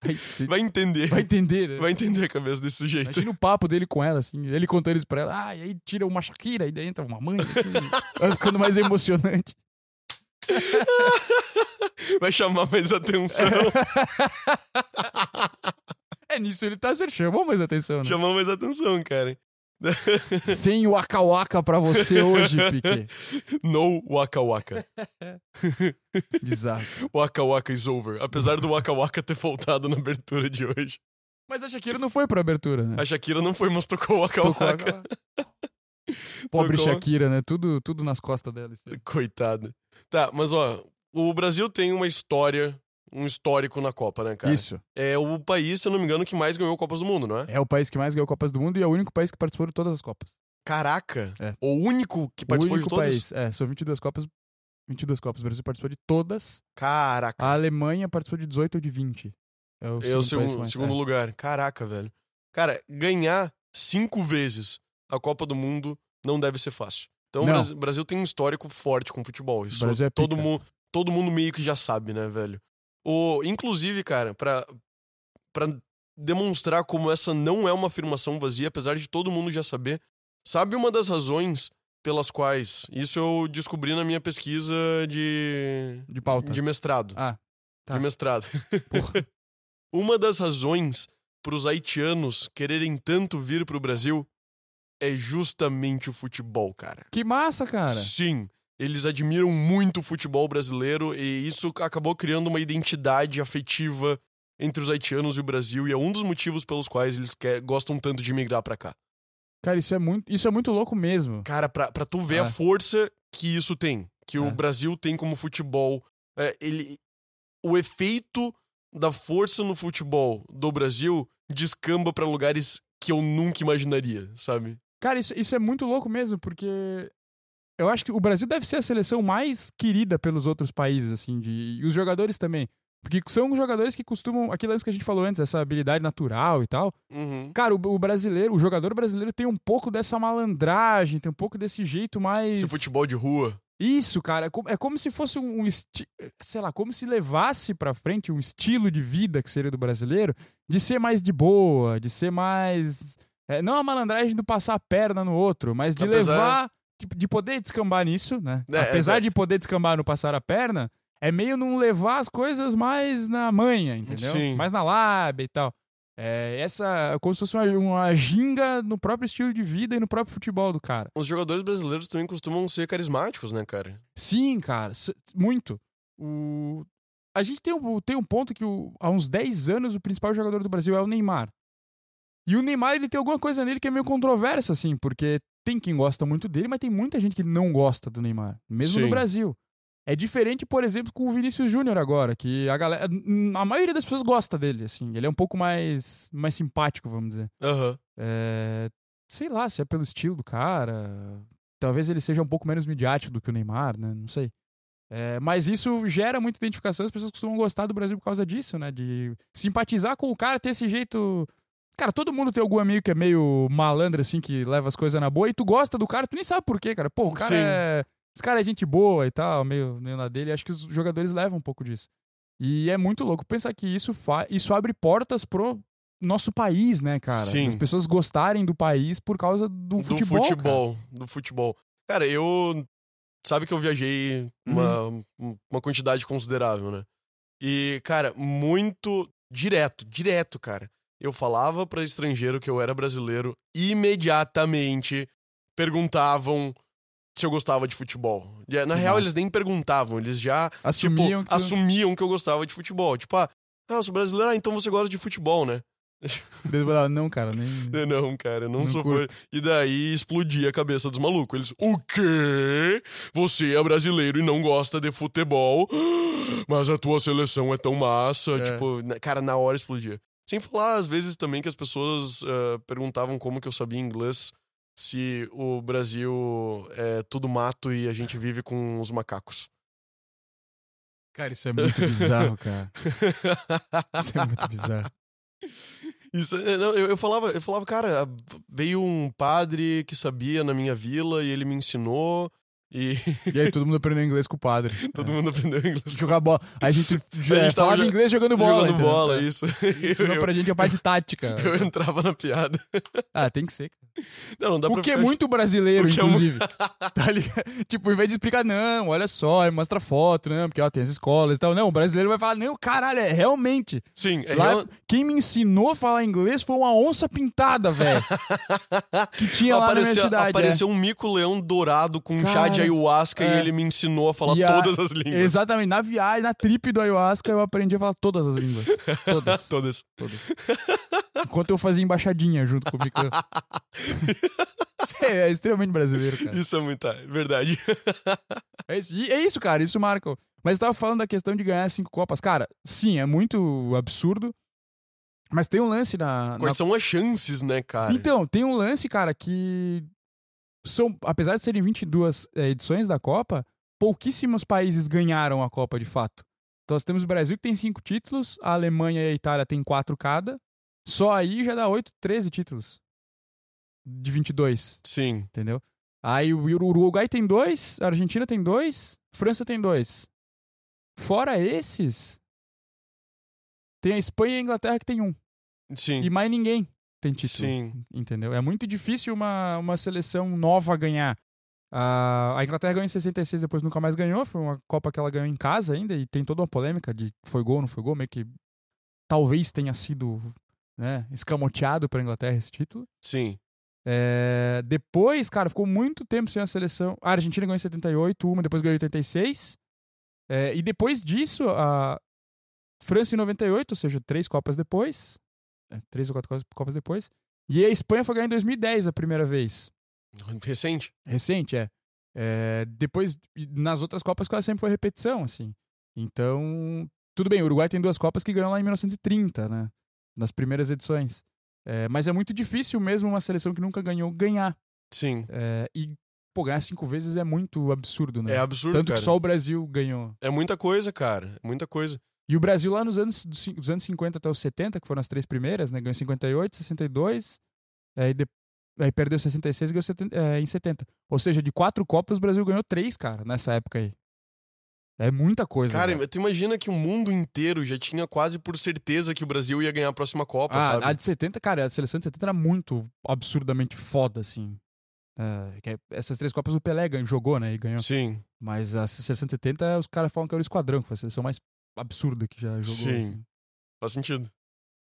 Speaker 1: Aí você
Speaker 2: Vai
Speaker 1: vai
Speaker 2: entender. Vai...
Speaker 1: entender, né?
Speaker 2: entender a cabeça desse sujeito.
Speaker 1: Imagina o papo dele com ela, assim, ele contando isso pra ela, ah, e aí tira uma Shakira, e daí entra uma mãe, assim, vai ficando mais emocionante.
Speaker 2: Vai chamar mais atenção.
Speaker 1: É nisso ele tá, você chamou mais atenção, né?
Speaker 2: Chamar mais atenção, cara.
Speaker 1: Sem o Waka Waka pra você hoje, Piquet.
Speaker 2: No Waka Waka.
Speaker 1: Bizarro.
Speaker 2: Waka Waka is over. Apesar do Waka Waka ter faltado na abertura de hoje.
Speaker 1: Mas a Shakira não foi pra abertura, né?
Speaker 2: A Shakira não foi, mas tocou Waka
Speaker 1: Tocou a-
Speaker 2: Waka.
Speaker 1: Pobre
Speaker 2: Tocou.
Speaker 1: Shakira, né? Tudo, tudo nas costas dela. isso aí.
Speaker 2: Coitada. Tá, mas ó, o Brasil tem uma história, um histórico na Copa, né, cara?
Speaker 1: Isso.
Speaker 2: É o país, se eu não me engano, que mais ganhou Copas do Mundo, não é?
Speaker 1: É o país que mais ganhou Copas do Mundo e é o único país que participou de todas as Copas.
Speaker 2: Caraca!
Speaker 1: É.
Speaker 2: O único que participou
Speaker 1: o único
Speaker 2: de todas?
Speaker 1: país. É, são 22 Copas. 22 Copas. O Brasil participou de todas.
Speaker 2: Caraca.
Speaker 1: A Alemanha participou de 18 ou de 20. É o
Speaker 2: é
Speaker 1: segundo,
Speaker 2: o
Speaker 1: país que
Speaker 2: segundo,
Speaker 1: mais-
Speaker 2: segundo lugar. Caraca, velho. Cara, ganhar cinco vezes a Copa do Mundo não deve ser fácil. Então o
Speaker 1: Não.
Speaker 2: Brasil, Brasil tem um histórico forte com futebol. Isso
Speaker 1: Brasil é
Speaker 2: todo,
Speaker 1: pica.
Speaker 2: mundo, todo mundo meio que já sabe, né, velho? O, inclusive, cara, pra, pra demonstrar como essa não é uma afirmação vazia, apesar de todo mundo já saber, sabe uma das razões pelas quais isso eu descobri na minha pesquisa de,
Speaker 1: É, de pauta.
Speaker 2: de mestrado.
Speaker 1: Ah, tá.
Speaker 2: De mestrado.
Speaker 1: Porra.
Speaker 2: Uma das razões para os haitianos quererem tanto vir para o Brasil é justamente o futebol, cara.
Speaker 1: Que massa, cara.
Speaker 2: Sim, eles admiram muito o futebol brasileiro e isso acabou criando uma identidade afetiva entre os haitianos e o Brasil e é um dos motivos pelos quais eles que- gostam tanto de migrar para cá.
Speaker 1: Cara, isso é muito, isso é muito louco mesmo.
Speaker 2: Cara, pra, pra tu ver
Speaker 1: É.
Speaker 2: a força que isso tem, que
Speaker 1: É.
Speaker 2: o Brasil tem como futebol, é, ele, o efeito da força no futebol do Brasil descamba pra lugares que eu nunca imaginaria, sabe?
Speaker 1: Cara, isso, isso é muito louco mesmo, porque eu acho que o Brasil deve ser a seleção mais querida pelos outros países, assim, de, e os jogadores também. Porque são jogadores que costumam. Aquele lance que a gente falou antes, essa habilidade natural e tal.
Speaker 2: Uhum.
Speaker 1: Cara, o, o brasileiro, o jogador brasileiro tem um pouco dessa malandragem, tem um pouco desse jeito mais.
Speaker 2: Esse futebol de rua.
Speaker 1: Isso, cara. É como, é como se fosse um, um esti- sei lá, como se levasse pra frente um estilo de vida que seria do brasileiro, de ser mais de boa, de ser mais é, não a malandragem do passar a perna no outro, mas de
Speaker 2: Apesar-
Speaker 1: levar de, de poder descambar nisso, né?
Speaker 2: É,
Speaker 1: Apesar
Speaker 2: é,
Speaker 1: de poder descambar no passar a perna, é meio não levar as coisas mais na manha, entendeu?
Speaker 2: Sim.
Speaker 1: Mais na lábia e tal. É, essa, como se fosse uma, uma ginga no próprio estilo de vida e no próprio futebol do cara.
Speaker 2: Os jogadores brasileiros também costumam ser carismáticos, né, cara?
Speaker 1: Sim, cara, s- muito. O... A gente tem um, tem um ponto que o- há uns 10 anos o principal jogador do Brasil é o Neymar. E o Neymar, ele tem alguma coisa nele que é meio controversa, assim, porque tem quem gosta muito dele, mas tem muita gente que não gosta do Neymar, mesmo no
Speaker 2: Sim.
Speaker 1: Brasil. É diferente, por exemplo, com o Vinícius Júnior agora, que a galera, a maioria das pessoas gosta dele, assim, ele é um pouco mais, mais simpático, vamos dizer.
Speaker 2: Aham.
Speaker 1: É, sei lá, se é pelo estilo do cara. Talvez ele seja um pouco menos midiático do que o Neymar, né? Não sei. É, mas isso gera muita identificação, as pessoas costumam gostar do Brasil por causa disso, né? De simpatizar com o cara, ter esse jeito. Cara, todo mundo tem algum amigo que é meio malandro, assim, que leva as coisas na boa, e tu gosta do cara, tu nem sabe por quê, cara. Pô, o cara
Speaker 2: Sim.
Speaker 1: é. Esse cara é gente boa e tal, meio, meio na dele. Acho que os jogadores levam um pouco disso. E é muito louco pensar que isso, fa... isso abre portas pro nosso país, né, cara?
Speaker 2: Sim.
Speaker 1: As pessoas gostarem do país por causa do Um futebol.
Speaker 2: do
Speaker 1: cara.
Speaker 2: futebol. Do futebol. Cara, eu. Sabe que eu viajei uma,
Speaker 1: Uhum.
Speaker 2: um, uma quantidade considerável, né? E, cara, muito direto, direto, cara. Eu falava pra estrangeiro que eu era brasileiro, imediatamente perguntavam se eu gostava de futebol. E, Na
Speaker 1: Que
Speaker 2: real,
Speaker 1: massa.
Speaker 2: eles nem perguntavam, eles já tipo,
Speaker 1: Assumiam que tu-
Speaker 2: assumiam que eu gostava de futebol. Tipo, ah, ah, eu sou brasileiro, ah, então você gosta de futebol, né?
Speaker 1: Não, cara, nem.
Speaker 2: É, Não, cara, eu não,
Speaker 1: Não
Speaker 2: sou fã.
Speaker 1: curto.
Speaker 2: E daí explodia a cabeça dos malucos. Eles, o quê? Você é brasileiro e não gosta de futebol, mas a tua seleção é tão massa.
Speaker 1: É.
Speaker 2: Tipo, na- cara, na hora explodia. Sem falar, às vezes, também que as pessoas ah, perguntavam como que eu sabia inglês se o Brasil é tudo mato e a gente vive com os macacos.
Speaker 1: Cara, isso é muito bizarro, cara. Isso é muito bizarro.
Speaker 2: Isso, é, não, eu, eu falava, eu falava, cara, veio um padre que sabia na minha vila e ele me ensinou e
Speaker 1: E aí todo mundo aprendeu inglês com o padre. É.
Speaker 2: todo mundo aprendeu inglês com
Speaker 1: Jogar bola. A gente, é,
Speaker 2: A gente tava
Speaker 1: falava
Speaker 2: jo-
Speaker 1: inglês jogando bola.
Speaker 2: jogando
Speaker 1: entendeu? É.
Speaker 2: bola, isso.
Speaker 1: Ensinou
Speaker 2: eu,
Speaker 1: pra gente a parte tática.
Speaker 2: eu entrava na piada.
Speaker 1: Ah, tem que ser. cara.
Speaker 2: Não, não dá
Speaker 1: O
Speaker 2: pra
Speaker 1: que é
Speaker 2: ficar-
Speaker 1: muito brasileiro,
Speaker 2: O que é mu-
Speaker 1: inclusive. Tá ligado? Tipo, em vez de explicar, não, olha só, aí mostra foto, não, porque ó, tem as escolas e tal. Não, o brasileiro vai falar, não, caralho, é realmente.
Speaker 2: Sim, é
Speaker 1: Lá,
Speaker 2: real-
Speaker 1: Quem me ensinou a falar inglês foi uma onça pintada, velho. que tinha lá na minha
Speaker 2: apareceu,
Speaker 1: cidade. é."
Speaker 2: apareceu um mico-leão dourado com um chá
Speaker 1: Cara,
Speaker 2: de ayahuasca
Speaker 1: é.
Speaker 2: e ele me ensinou a falar
Speaker 1: E a-
Speaker 2: todas as
Speaker 1: é.
Speaker 2: línguas.
Speaker 1: Exatamente. Na viagem, na trip do ayahuasca, eu aprendi a falar todas as línguas. Todas.
Speaker 2: Todas.
Speaker 1: todas. Enquanto eu fazia embaixadinha junto com o Bican. é, é extremamente brasileiro, cara.
Speaker 2: Isso é muito, é verdade.
Speaker 1: É isso, e é isso, cara, isso marca. Mas você tava falando da questão de ganhar cinco Copas. Cara, sim, é muito absurdo. Mas tem um lance na. na-
Speaker 2: Quais são as chances, né, cara?
Speaker 1: Então, tem um lance, cara, que. São, apesar de serem 22 é, edições da Copa, pouquíssimos países ganharam a Copa de fato. Então, nós temos o Brasil que tem cinco títulos, a Alemanha e a Itália têm quatro cada. Só aí já dá 8, 13 títulos. De 22
Speaker 2: Sim.
Speaker 1: entendeu? Aí o Ur- Uruguai tem dois, a Argentina tem dois, França tem dois. Fora esses, tem a Espanha e a Inglaterra que tem um.
Speaker 2: Sim.
Speaker 1: E mais ninguém tem título.
Speaker 2: Sim.
Speaker 1: Entendeu? É muito difícil uma, uma seleção nova ganhar. Ah, a Inglaterra ganhou em 66, depois nunca mais ganhou. Foi uma Copa que ela ganhou em casa ainda e tem toda uma polêmica de foi gol, não foi gol, meio que talvez tenha sido né, escamoteado para Inglaterra esse título.
Speaker 2: Sim.
Speaker 1: É, depois, cara, ficou muito tempo sem a seleção. A Argentina ganhou em 78, uma, depois ganhou em 86. É, e depois disso, a França em 98, ou seja, três Copas depois. É, três ou quatro Copas- Copas depois. E a Espanha foi ganhar em 2010 a primeira vez.
Speaker 2: Recente.
Speaker 1: Recente, é. É, depois, e nas outras Copas, quase sempre foi repetição, assim. Então, tudo bem, o Uruguai tem duas Copas que ganhou lá em 1930, né? Nas primeiras edições. É, mas é muito difícil mesmo uma seleção que nunca ganhou ganhar.
Speaker 2: Sim.
Speaker 1: É, e, pô, ganhar cinco vezes é muito absurdo, né?
Speaker 2: É absurdo,
Speaker 1: Tanto
Speaker 2: cara.
Speaker 1: que só o Brasil ganhou.
Speaker 2: É muita coisa, cara. É muita coisa.
Speaker 1: E o Brasil lá nos anos, dos cin- dos anos 50 até os 70, que foram as três primeiras, né? Ganhou em 58, 62, aí, é, de, aí perdeu 66 e ganhou 70, é, em 70. Ou seja, de quatro Copas o Brasil ganhou três, cara, nessa época aí. É muita coisa.
Speaker 2: Cara,
Speaker 1: velho.
Speaker 2: tu imagina que o mundo inteiro já tinha quase por certeza que o Brasil ia ganhar a próxima Copa, sabe?
Speaker 1: ah, a de 70, cara, a seleção de 70 era muito absurdamente foda, assim. É, que é- essas três Copas o Pelé ganhou, jogou, né? E ganhou.
Speaker 2: Sim.
Speaker 1: Mas a 670, os caras falam que era o esquadrão, que foi a seleção mais absurda que já jogou.
Speaker 2: Sim.
Speaker 1: assim.
Speaker 2: Faz sentido.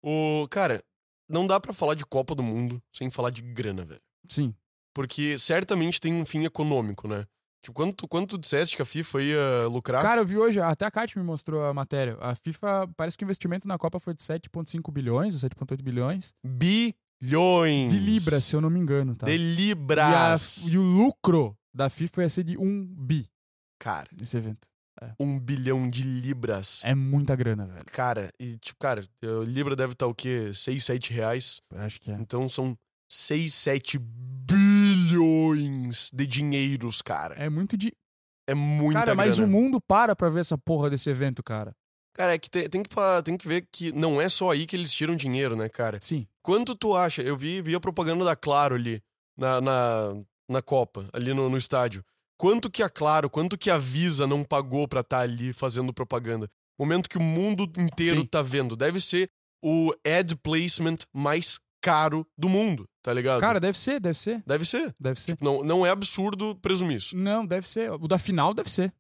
Speaker 2: O, cara, não dá pra falar de Copa do Mundo sem falar de grana, velho.
Speaker 1: Sim.
Speaker 2: Porque certamente tem um fim econômico, né? Tipo, quando tu, quando tu disseste que a FIFA ia lucrar.
Speaker 1: Cara, eu vi hoje, até a Kátia me mostrou a matéria. A FIFA, parece que o investimento na Copa foi de 7,5 bilhões ou 7,8 bilhões.
Speaker 2: bilhões.
Speaker 1: De libras, se eu não me engano, tá?
Speaker 2: De
Speaker 1: E, a-
Speaker 2: libras.
Speaker 1: e o lucro da FIFA ia ser de 1 bi
Speaker 2: Cara,
Speaker 1: nesse evento.
Speaker 2: um bilhão de libras.
Speaker 1: É muita grana, velho.
Speaker 2: Cara, e tipo, cara, a libra deve estar o quê? 6, 7 reais.
Speaker 1: Eu Acho que é.
Speaker 2: Então são 6, 7 bilhões de dinheiros, cara.
Speaker 1: É muito de.
Speaker 2: É muita
Speaker 1: cara, um mas
Speaker 2: grana.
Speaker 1: o mundo para pra ver essa porra desse evento, cara.
Speaker 2: Cara, é que tem, tem que, fa- tem que ver que não é só aí que eles tiram dinheiro, né, cara?
Speaker 1: Sim.
Speaker 2: Quanto tu acha? Eu vi, vi a propaganda da Claro ali, na, na, na Copa, ali no, no estádio. Quanto que a Claro, quanto que a Visa não pagou pra estar ali fazendo propaganda? Momento que o mundo inteiro
Speaker 1: Sim.
Speaker 2: tá vendo. Deve ser o ad placement mais caro do mundo, tá ligado?
Speaker 1: Cara, deve ser, deve ser,
Speaker 2: Deve ser.
Speaker 1: deve ser.
Speaker 2: Não, não é absurdo presumir isso.
Speaker 1: Não, deve ser. O da final deve ser.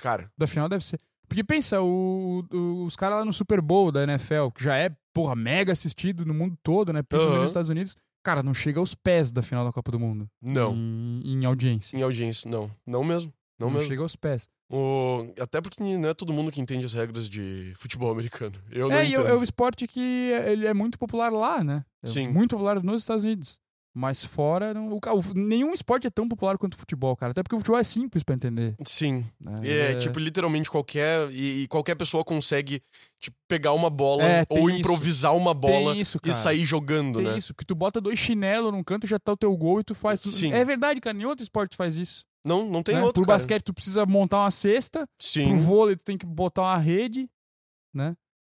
Speaker 2: Cara,
Speaker 1: O da final deve ser. Porque pensa, o- o- os caras lá no Super Bowl da NFL, que já é, porra, mega assistido no mundo todo, né? Principalmente
Speaker 2: Aham.
Speaker 1: nos Estados Unidos. Cara, não chega aos pés da final da Copa do Mundo.
Speaker 2: não.
Speaker 1: Em, em audiência.
Speaker 2: Em audiência, não. Não mesmo. Não, mesmo.
Speaker 1: chega aos pés.
Speaker 2: O- Até porque não é todo mundo que entende as regras de futebol americano. Eu não
Speaker 1: é, e é
Speaker 2: entendo.
Speaker 1: o- é o esporte que é- ele é muito popular lá, né? É
Speaker 2: Sim.
Speaker 1: Muito popular nos Estados Unidos. Mas fora, não- o ca- o- nenhum esporte é tão popular quanto o futebol, cara. Até porque o futebol é simples pra entender.
Speaker 2: Sim.
Speaker 1: né?
Speaker 2: É, tipo, literalmente qualquer. E, e qualquer pessoa consegue tipo, pegar uma bola
Speaker 1: É, tem
Speaker 2: ou
Speaker 1: isso.
Speaker 2: improvisar uma
Speaker 1: Tem
Speaker 2: bola
Speaker 1: isso,
Speaker 2: e
Speaker 1: cara.
Speaker 2: sair jogando,
Speaker 1: Tem
Speaker 2: né?
Speaker 1: isso, que tu bota dois chinelos num canto e já tá o teu gol e tu faz.
Speaker 2: Sim.
Speaker 1: É verdade, cara. Nenhum outro esporte faz isso.
Speaker 2: Não, não tem
Speaker 1: né?
Speaker 2: outro.
Speaker 1: Pro
Speaker 2: cara.
Speaker 1: basquete, tu precisa montar uma cesta. Pro
Speaker 2: Sim.
Speaker 1: vôlei, tu tem que botar uma rede.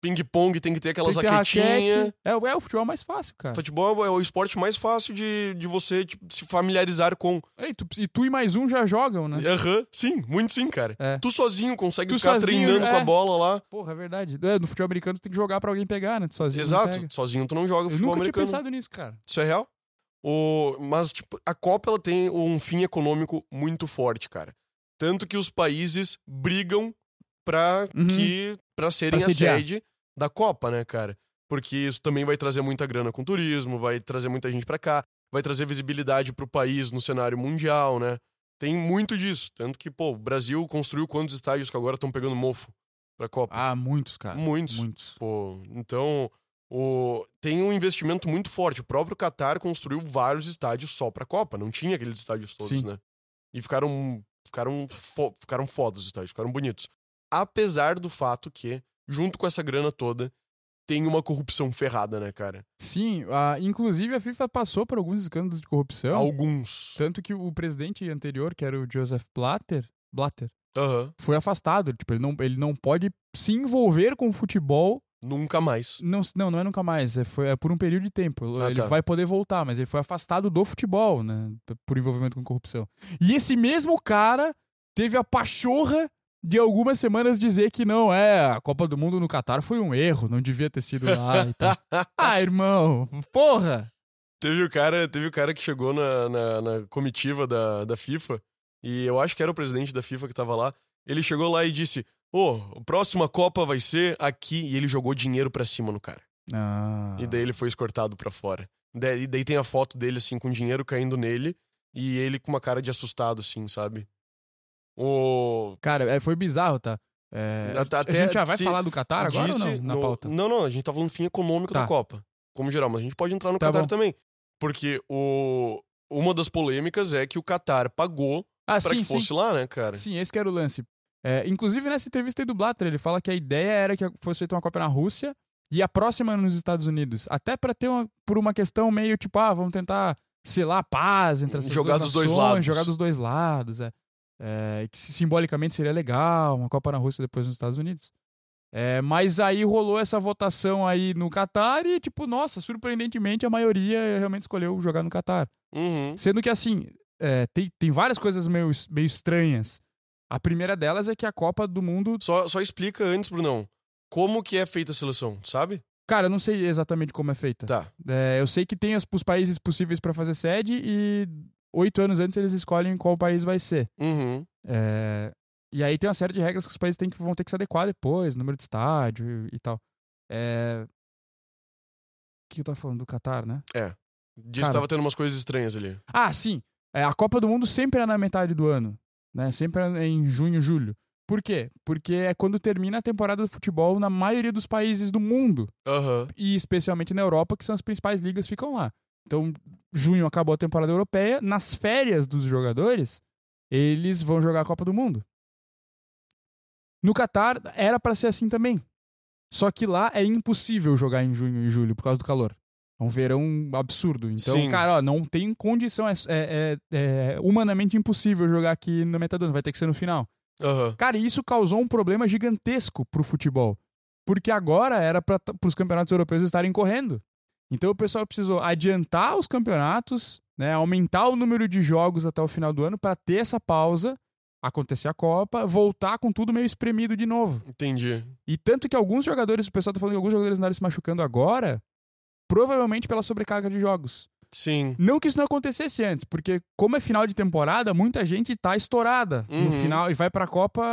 Speaker 2: Ping-pong tem que ter aquelas
Speaker 1: tem que ter
Speaker 2: raquetinhas.
Speaker 1: raquete. É, o- é o futebol é mais fácil, cara.
Speaker 2: Futebol é o esporte mais fácil de, de você tipo, se familiarizar com.
Speaker 1: Ei, tu- e tu e mais um já jogam, né?
Speaker 2: Aham, sim, muito sim, cara.
Speaker 1: É.
Speaker 2: Tu sozinho consegue
Speaker 1: Tu
Speaker 2: ficar
Speaker 1: sozinho,
Speaker 2: treinando com a
Speaker 1: é.
Speaker 2: bola lá.
Speaker 1: Porra, é verdade. É, no futebol americano tu tem que jogar pra alguém pegar, né? Tu sozinho. não
Speaker 2: Exato,
Speaker 1: pega.
Speaker 2: sozinho tu não joga
Speaker 1: Eu
Speaker 2: futebol
Speaker 1: nunca tinha
Speaker 2: americano.
Speaker 1: pensado nisso, cara.
Speaker 2: Isso é real. O, mas, tipo, a Copa ela tem um fim econômico muito forte, cara. Tanto que os países brigam pra,
Speaker 1: Uhum.
Speaker 2: que, pra serem
Speaker 1: Pra
Speaker 2: a
Speaker 1: sediar.
Speaker 2: sede da Copa, né, cara? Porque isso também vai trazer muita grana com turismo, vai trazer muita gente pra cá, vai trazer visibilidade pro país no cenário mundial, né? Tem muito disso. Tanto que, pô, o Brasil construiu quantos estádios que agora estão pegando mofo pra Copa?
Speaker 1: Ah, muitos, cara.
Speaker 2: Muitos.
Speaker 1: Muitos.
Speaker 2: Pô, então o... tem um investimento muito forte. O próprio Qatar construiu vários estádios só pra Copa. Não tinha aqueles estádios todos,
Speaker 1: Sim.
Speaker 2: né? E ficaram, ficaram, fo... ficaram fodas os estádios, ficaram bonitos. Apesar do fato que, junto com essa grana toda, tem uma corrupção ferrada, né, cara?
Speaker 1: Sim, a- inclusive a FIFA passou por alguns escândalos de corrupção.
Speaker 2: Alguns.
Speaker 1: Tanto que o presidente anterior, que era o Joseph Blatter, Blatter
Speaker 2: Aham.
Speaker 1: foi afastado. Tipo, ele não, ele não pode se envolver com o futebol.
Speaker 2: Nunca mais.
Speaker 1: Não, se- não, não é nunca mais. É, foi, é por um período de tempo.
Speaker 2: Ah,
Speaker 1: ele
Speaker 2: tá.
Speaker 1: vai poder voltar, mas ele foi afastado do futebol, né? p- Por envolvimento com corrupção. E esse mesmo cara teve a pachorra de algumas semanas dizer que não, é, a Copa do Mundo no Catar foi um erro, não devia ter sido lá e tal. Ah, irmão, porra!
Speaker 2: Teve o cara, teve o cara que chegou na, na, na comitiva da, da FIFA, e eu acho que era o presidente da FIFA que tava lá. Ele chegou lá e disse: Ô, a próxima Copa vai ser aqui, e ele jogou dinheiro pra cima no cara.
Speaker 1: Ah.
Speaker 2: E daí ele foi escortado pra fora. Da- e daí tem a foto dele, assim, com dinheiro caindo nele, e ele com uma cara de assustado, assim, sabe? O.
Speaker 1: Cara, é, foi bizarro, tá? É,
Speaker 2: Até-
Speaker 1: a gente já vai
Speaker 2: se
Speaker 1: falar do Catar agora ou não?
Speaker 2: disse
Speaker 1: Na
Speaker 2: no-
Speaker 1: pauta.
Speaker 2: Não, não, a gente tá falando fim econômico
Speaker 1: Tá.
Speaker 2: da Copa, como geral, mas a gente pode entrar no
Speaker 1: Tá
Speaker 2: Qatar
Speaker 1: bom.
Speaker 2: também. Porque o... uma das polêmicas é que o Qatar pagou
Speaker 1: Ah,
Speaker 2: pra
Speaker 1: sim,
Speaker 2: que
Speaker 1: sim.
Speaker 2: fosse lá, né, cara?
Speaker 1: Sim, esse que era o lance. É, inclusive, nessa entrevista aí do Blatter, ele fala que a ideia era que fosse feita uma Copa na Rússia e a próxima nos Estados Unidos. Até pra ter uma, por uma questão meio tipo, ah, vamos tentar selar a paz entre essas
Speaker 2: Jogar
Speaker 1: duas
Speaker 2: dos dois
Speaker 1: nações,
Speaker 2: lados.
Speaker 1: Jogar dos dois lados, é. É, que si- simbolicamente seria legal, uma Copa na Rússia depois nos Estados Unidos. É, mas aí rolou essa votação aí no Catar e, tipo, nossa, surpreendentemente a maioria realmente escolheu jogar no Catar.
Speaker 2: Uhum.
Speaker 1: Sendo que, assim, é, tem, tem várias coisas meio, es- meio estranhas. A primeira delas é que a Copa do Mundo.
Speaker 2: Só, só explica antes, Brunão, como que é feita a seleção, sabe?
Speaker 1: Cara, eu não sei exatamente como é feita.
Speaker 2: Tá.
Speaker 1: É, eu sei que tem os, os países possíveis pra fazer sede e oito anos antes eles escolhem qual país vai ser.
Speaker 2: Uhum.
Speaker 1: É, e aí tem uma série de regras que os países têm que, vão ter que se adequar depois número de estádio e, e tal. É, que eu tava falando? Do Qatar, né?
Speaker 2: Disse que
Speaker 1: Cara.
Speaker 2: tava tendo umas coisas estranhas ali.
Speaker 1: Ah, sim. É, a Copa do Mundo sempre é na metade do ano. Né? Sempre é em junho, julho. Por quê? Porque é quando termina a temporada do futebol na maioria dos países do mundo.
Speaker 2: Aham.
Speaker 1: E especialmente na Europa, que são as principais ligas que ficam lá. Então, junho acabou a temporada europeia. Nas férias dos jogadores, eles vão jogar a Copa do Mundo. No Catar, era pra ser assim também. Só que lá é impossível jogar em junho e julho por causa do calor. É um verão absurdo. Então,
Speaker 2: Sim.
Speaker 1: cara, ó, não tem condição. É, é- é- é humanamente impossível jogar aqui na metade do ano. Vai ter que ser no final.
Speaker 2: Aham.
Speaker 1: Cara, e isso causou um problema gigantesco pro futebol. Porque agora era para os campeonatos europeus estarem correndo. Então o pessoal precisou adiantar os campeonatos, né, aumentar o número de jogos até o final do ano para ter essa pausa, acontecer a Copa, voltar com tudo meio espremido de novo.
Speaker 2: Entendi.
Speaker 1: E tanto que alguns jogadores, o pessoal tá falando que alguns jogadores andaram se machucando agora, provavelmente pela sobrecarga de jogos.
Speaker 2: Sim.
Speaker 1: Não que isso não acontecesse antes, porque como é final de temporada, muita gente tá estourada no
Speaker 2: Uhum.
Speaker 1: final e vai pra Copa,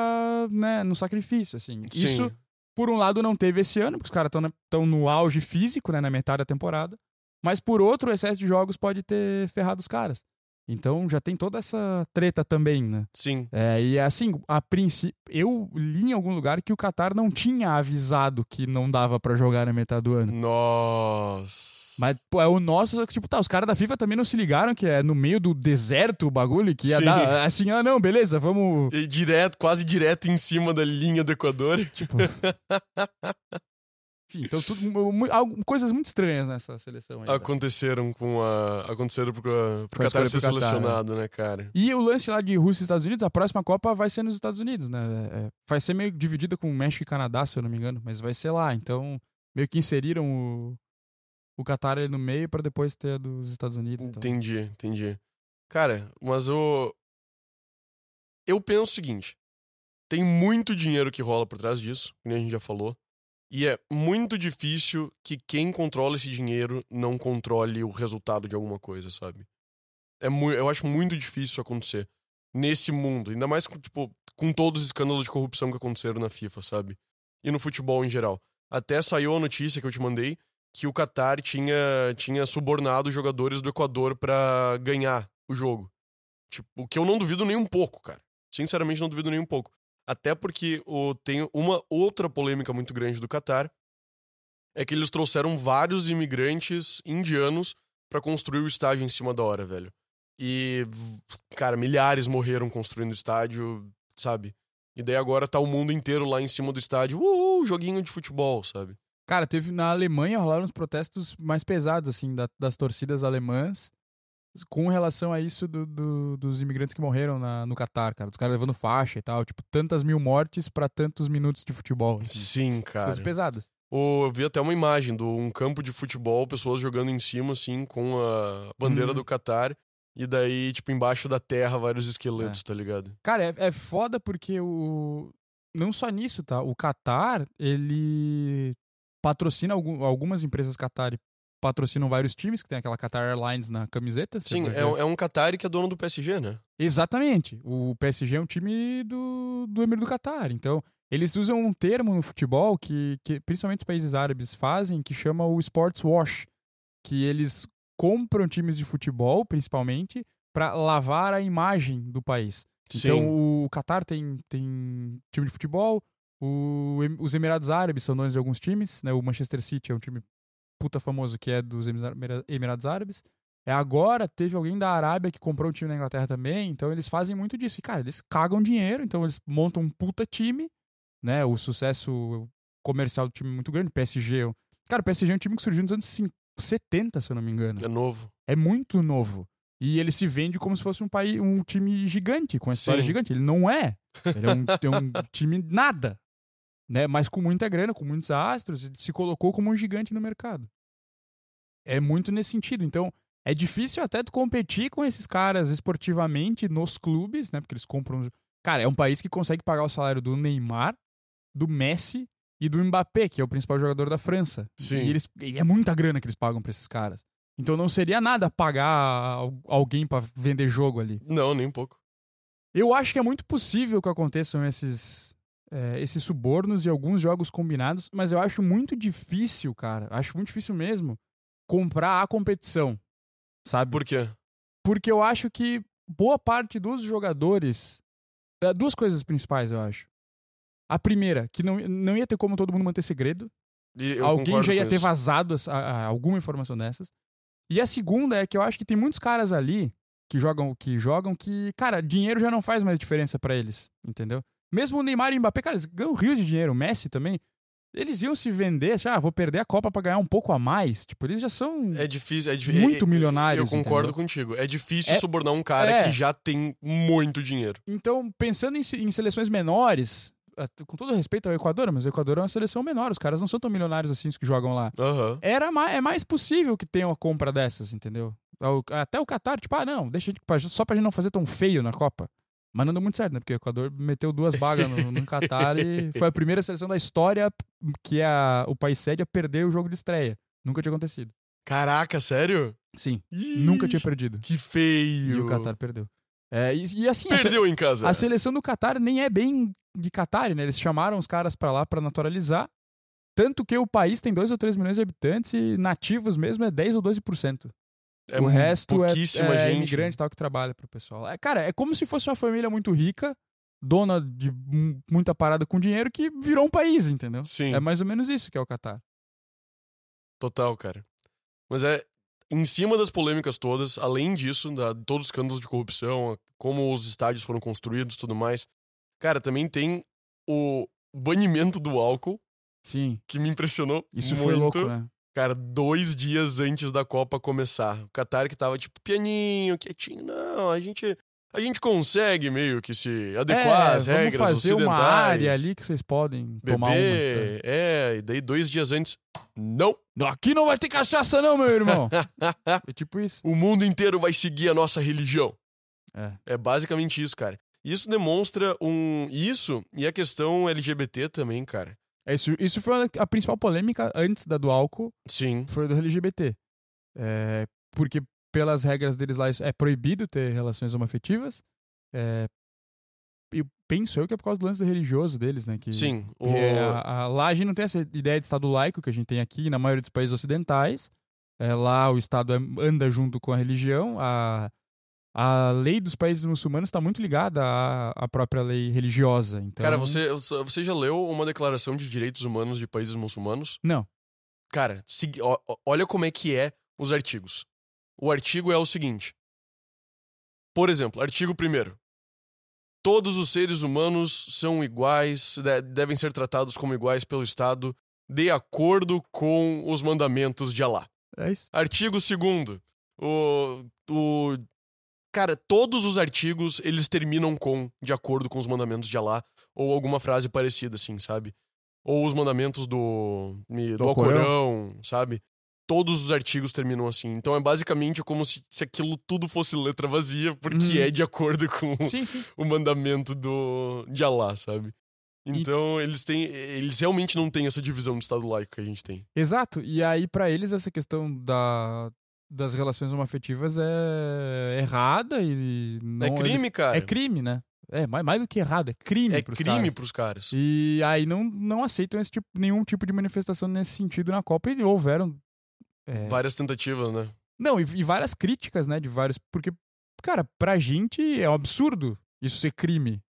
Speaker 1: né, no sacrifício, assim.
Speaker 2: Sim.
Speaker 1: Isso, por um lado, não teve esse ano, porque os caras estão no auge físico, né, na metade da temporada. Mas por outro, o excesso de jogos pode ter ferrado os caras. Então já tem toda essa treta também, né?
Speaker 2: Sim.
Speaker 1: É, e assim, a princípio, eu li em algum lugar que o Qatar não tinha avisado que não dava pra jogar na metade do ano.
Speaker 2: Nossa.
Speaker 1: Mas, pô, é o nosso, só que, tipo, tá, os caras da FIFA também não se ligaram que é no meio do deserto o bagulho, que ia
Speaker 2: Sim.
Speaker 1: dar, assim, ah, não, beleza, vamos...
Speaker 2: E direto, quase direto em cima da linha do Equador.
Speaker 1: Tipo... Enfim, então, tudo, mu- mu- algo- coisas muito estranhas nessa seleção aí. né? velho.
Speaker 2: Aconteceram Ah, com a. Aconteceram pro, pro
Speaker 1: Com Então, a
Speaker 2: Qatar
Speaker 1: escolha
Speaker 2: ser
Speaker 1: pro Qatar,
Speaker 2: selecionado, né, cara?
Speaker 1: E o lance lá de Rússia e Estados Unidos, a próxima Copa vai ser nos Estados Unidos, né? É, é, vai ser meio dividida com México e Canadá, se eu não me engano, mas vai ser lá. Então, meio que inseriram o, o Qatar ali no meio pra depois ter a dos Estados Unidos. então.
Speaker 2: Entendi, entendi. Cara, mas eu. Eu penso o seguinte: tem muito dinheiro que rola por trás disso, como a gente já falou. E é muito difícil que quem controla esse dinheiro não controle o resultado de alguma coisa, sabe? É mu eu acho muito difícil isso acontecer nesse mundo, ainda mais com, tipo, com todos os escândalos de corrupção que aconteceram na FIFA, sabe? E no futebol em geral. Até saiu a notícia que eu te mandei que o Qatar tinha, tinha subornado os jogadores do Equador pra ganhar o jogo. Tipo, o que eu não duvido nem um pouco, cara. Sinceramente, não duvido nem um pouco. Até porque o, tem uma outra polêmica muito grande do Qatar é que eles trouxeram vários imigrantes indianos pra construir o estádio em cima da hora, velho. E, v- cara, milhares morreram construindo o estádio, sabe? E daí agora tá o mundo inteiro lá em cima do estádio, uhul, joguinho de futebol, sabe?
Speaker 1: Cara, teve na Alemanha rolaram os protestos mais pesados, assim, da- das torcidas alemãs com relação a isso do- do- dos imigrantes que morreram na- no Catar, cara. Os caras levando faixa e tal, tipo, tantas mil mortes pra tantos minutos de futebol. Assim,
Speaker 2: Sim, cara.
Speaker 1: coisas pesadas.
Speaker 2: O- eu vi até uma imagem de um campo de futebol, pessoas jogando em cima, assim, com a bandeira
Speaker 1: Hum.
Speaker 2: do Catar. E daí, tipo, embaixo da terra, vários esqueletos, tá ligado?
Speaker 1: Cara, é, é foda porque o. Não só nisso, tá? O Catar, ele patrocina algum- algumas empresas Qatar e patrocinam vários times, que tem aquela Qatar Airlines na camiseta. você
Speaker 2: Sim,
Speaker 1: vai
Speaker 2: é,
Speaker 1: ver.
Speaker 2: um- é um Qatar que é dono do PSG, né?
Speaker 1: Exatamente. O PSG é um time do, do Emir do Catar. Então, eles usam um termo no futebol que, que principalmente os países árabes fazem, que chama o sports wash, que eles compram times de futebol, principalmente, para lavar a imagem do país.
Speaker 2: Sim.
Speaker 1: Então, o Catar tem, tem time de futebol, o Em- os Emirados Árabes são donos de alguns times, né? O Manchester City é um time puta famoso que é dos Emira- Emira- Emirados Árabes. É, agora teve alguém da Arábia que comprou um time na Inglaterra também, então eles fazem muito disso. E, cara, eles cagam dinheiro, então eles montam um puta time, né? O sucesso comercial do time é muito grande, PSG. é um- Cara, o PSG é um time que surgiu nos anos 50, 70, se eu não me engano.
Speaker 2: É novo.
Speaker 1: É muito novo. E ele se vende como se fosse um, país, um time gigante, com uma história
Speaker 2: Sim.
Speaker 1: gigante. Ele não é. Ele é um, é um time nada. Né? Mas com muita grana, com muitos astros, ele se colocou como um gigante no mercado. É muito nesse sentido. Então, é difícil até tu competir com esses caras esportivamente nos clubes, né? Porque eles compram. os- Cara, é um país que consegue pagar o salário do Neymar, do Messi e do Mbappé, que é o principal jogador da França.
Speaker 2: Sim.
Speaker 1: E, eles... e é muita grana que eles pagam pra esses caras. Então não seria nada pagar al- alguém pra vender jogo ali.
Speaker 2: Não, nem um pouco.
Speaker 1: Eu acho que é muito possível que aconteçam esses, é, esses subornos e alguns jogos combinados, mas eu acho muito difícil, cara. Acho muito difícil mesmo comprar a competição, sabe?
Speaker 2: Por quê?
Speaker 1: Porque eu acho que boa parte dos jogadores. é, Duas coisas principais, eu acho. A primeira, que não, não ia ter como todo mundo manter segredo.
Speaker 2: E eu
Speaker 1: Alguém
Speaker 2: concordo
Speaker 1: já ia
Speaker 2: com
Speaker 1: ter
Speaker 2: isso.
Speaker 1: vazado essa- a- a- alguma informação dessas. E a segunda é que eu acho que tem muitos caras ali que jogam o que jogam que, cara, dinheiro já não faz mais diferença pra eles, entendeu? Mesmo o Neymar e o Mbappé, cara, eles ganham rios de dinheiro, o Messi também. Eles iam se vender, assim, ah, vou perder a Copa pra ganhar um pouco a mais. Tipo, eles já são
Speaker 2: É difícil. É dif-
Speaker 1: muito
Speaker 2: é- Eu
Speaker 1: milionários.
Speaker 2: concordo
Speaker 1: entendeu?
Speaker 2: contigo. É difícil
Speaker 1: É-
Speaker 2: subornar um cara
Speaker 1: é.
Speaker 2: que já tem muito dinheiro.
Speaker 1: Então, pensando em, se- em seleções menores, eh, com todo respeito ao Equador, mas o Equador é uma seleção menor, os caras não são tão milionários assim os que jogam lá.
Speaker 2: Aham.
Speaker 1: Era ma- é mais possível que tenha uma compra dessas, entendeu? Ao- Até o Qatar, tipo, ah, não, deixa a gente- pra- só pra gente não fazer tão feio na Copa. Mas não deu muito certo, né? Porque o Equador meteu duas vagas no, no Qatar e foi a primeira seleção da história que é a- o país sede a perder o jogo de estreia. Nunca tinha acontecido.
Speaker 2: Caraca, sério?
Speaker 1: Sim, nunca tinha
Speaker 2: Ih,
Speaker 1: perdido.
Speaker 2: Que feio.
Speaker 1: E o Qatar perdeu. É, e, e assim, a se-
Speaker 2: Perdeu em casa.
Speaker 1: a seleção do Qatar nem é bem de Qatar, né? Eles chamaram os caras pra lá pra naturalizar. Tanto que o país tem 2 ou 3 milhões de habitantes e nativos mesmo é 10 ou 12%.
Speaker 2: É
Speaker 1: o
Speaker 2: um-
Speaker 1: resto é,
Speaker 2: pouquíssima
Speaker 1: é
Speaker 2: gente.
Speaker 1: imigrante e tal que trabalha pro pessoal. É, cara, é como se fosse uma família muito rica, dona de mu- muita parada com dinheiro, que virou um país, entendeu?
Speaker 2: Sim,
Speaker 1: É mais ou menos isso que é o Qatar.
Speaker 2: total, cara. Mas é em cima das polêmicas todas, além disso, da todos os escândalos de corrupção, a- como os estádios foram construídos, e tudo mais. Cara, também tem o banimento do álcool,
Speaker 1: Sim,
Speaker 2: que me impressionou
Speaker 1: isso
Speaker 2: muito.
Speaker 1: foi louco, né?
Speaker 2: Cara, dois dias antes da Copa começar. O Qatar que tava, tipo, pianinho, quietinho. Não, a gente, a gente consegue meio que se adequar às
Speaker 1: É, vamos
Speaker 2: regras
Speaker 1: fazer uma
Speaker 2: ocidentais.
Speaker 1: área ali que vocês podem
Speaker 2: Beber,
Speaker 1: tomar uma. sabe?
Speaker 2: é, e daí dois dias antes, não.
Speaker 1: Aqui não vai ter cachaça não, meu irmão! é tipo isso.
Speaker 2: O mundo inteiro vai seguir a nossa religião.
Speaker 1: É.
Speaker 2: É basicamente isso, cara. Isso demonstra um. Isso e a questão LGBT também, cara.
Speaker 1: É Isso, isso foi a- a principal polêmica antes da do álcool,
Speaker 2: Sim.
Speaker 1: foi a do LGBT. É, porque pelas regras deles lá isso- é proibido ter relações homoafetivas. É, e penso eu que é por causa do lance religioso deles, né? Que,
Speaker 2: Sim. O...
Speaker 1: é, a- a- lá a gente não tem essa ideia de Estado laico que a gente tem aqui na maioria dos países ocidentais. É, lá o Estado é- anda junto com a religião. A, a lei dos países muçulmanos está muito ligada à, à própria lei religiosa. Então,
Speaker 2: Cara, você, você já leu uma declaração de direitos humanos de países muçulmanos?
Speaker 1: Não.
Speaker 2: Cara, segui- ó- ó- olha como é que é os artigos. O artigo é o seguinte. Por exemplo, artigo 1 Todos os seres humanos são iguais, de- devem ser tratados como iguais pelo Estado, de acordo com os mandamentos de Alá.
Speaker 1: É isso.
Speaker 2: Artigo 2 o, o cara, todos os artigos eles terminam com de acordo com os mandamentos de Alá ou alguma frase parecida assim, sabe? Ou os mandamentos do me- do,
Speaker 1: Do Alcorão.
Speaker 2: Alcorão, sabe? Todos os artigos terminam assim. Então é basicamente como se, se aquilo tudo fosse letra vazia, porque
Speaker 1: Uhum.
Speaker 2: é de acordo com
Speaker 1: Sim, sim.
Speaker 2: o mandamento do de Alá, sabe? Então eles têm eles realmente não têm essa divisão do estado laico que a gente tem.
Speaker 1: Exato. E aí, pra eles, essa questão da, das relações homoafetivas é errada e não
Speaker 2: é crime,
Speaker 1: eles-
Speaker 2: cara.
Speaker 1: é crime, né? É mais, mais do que errado, é crime.
Speaker 2: É
Speaker 1: pros
Speaker 2: crime
Speaker 1: caras.
Speaker 2: pros caras.
Speaker 1: E aí não, não aceitam esse tipo, nenhum tipo de manifestação nesse sentido na Copa e houveram. é,
Speaker 2: Várias tentativas, né?
Speaker 1: Não, e, e várias críticas, né? De vários. Porque, cara, pra gente é um absurdo isso ser crime,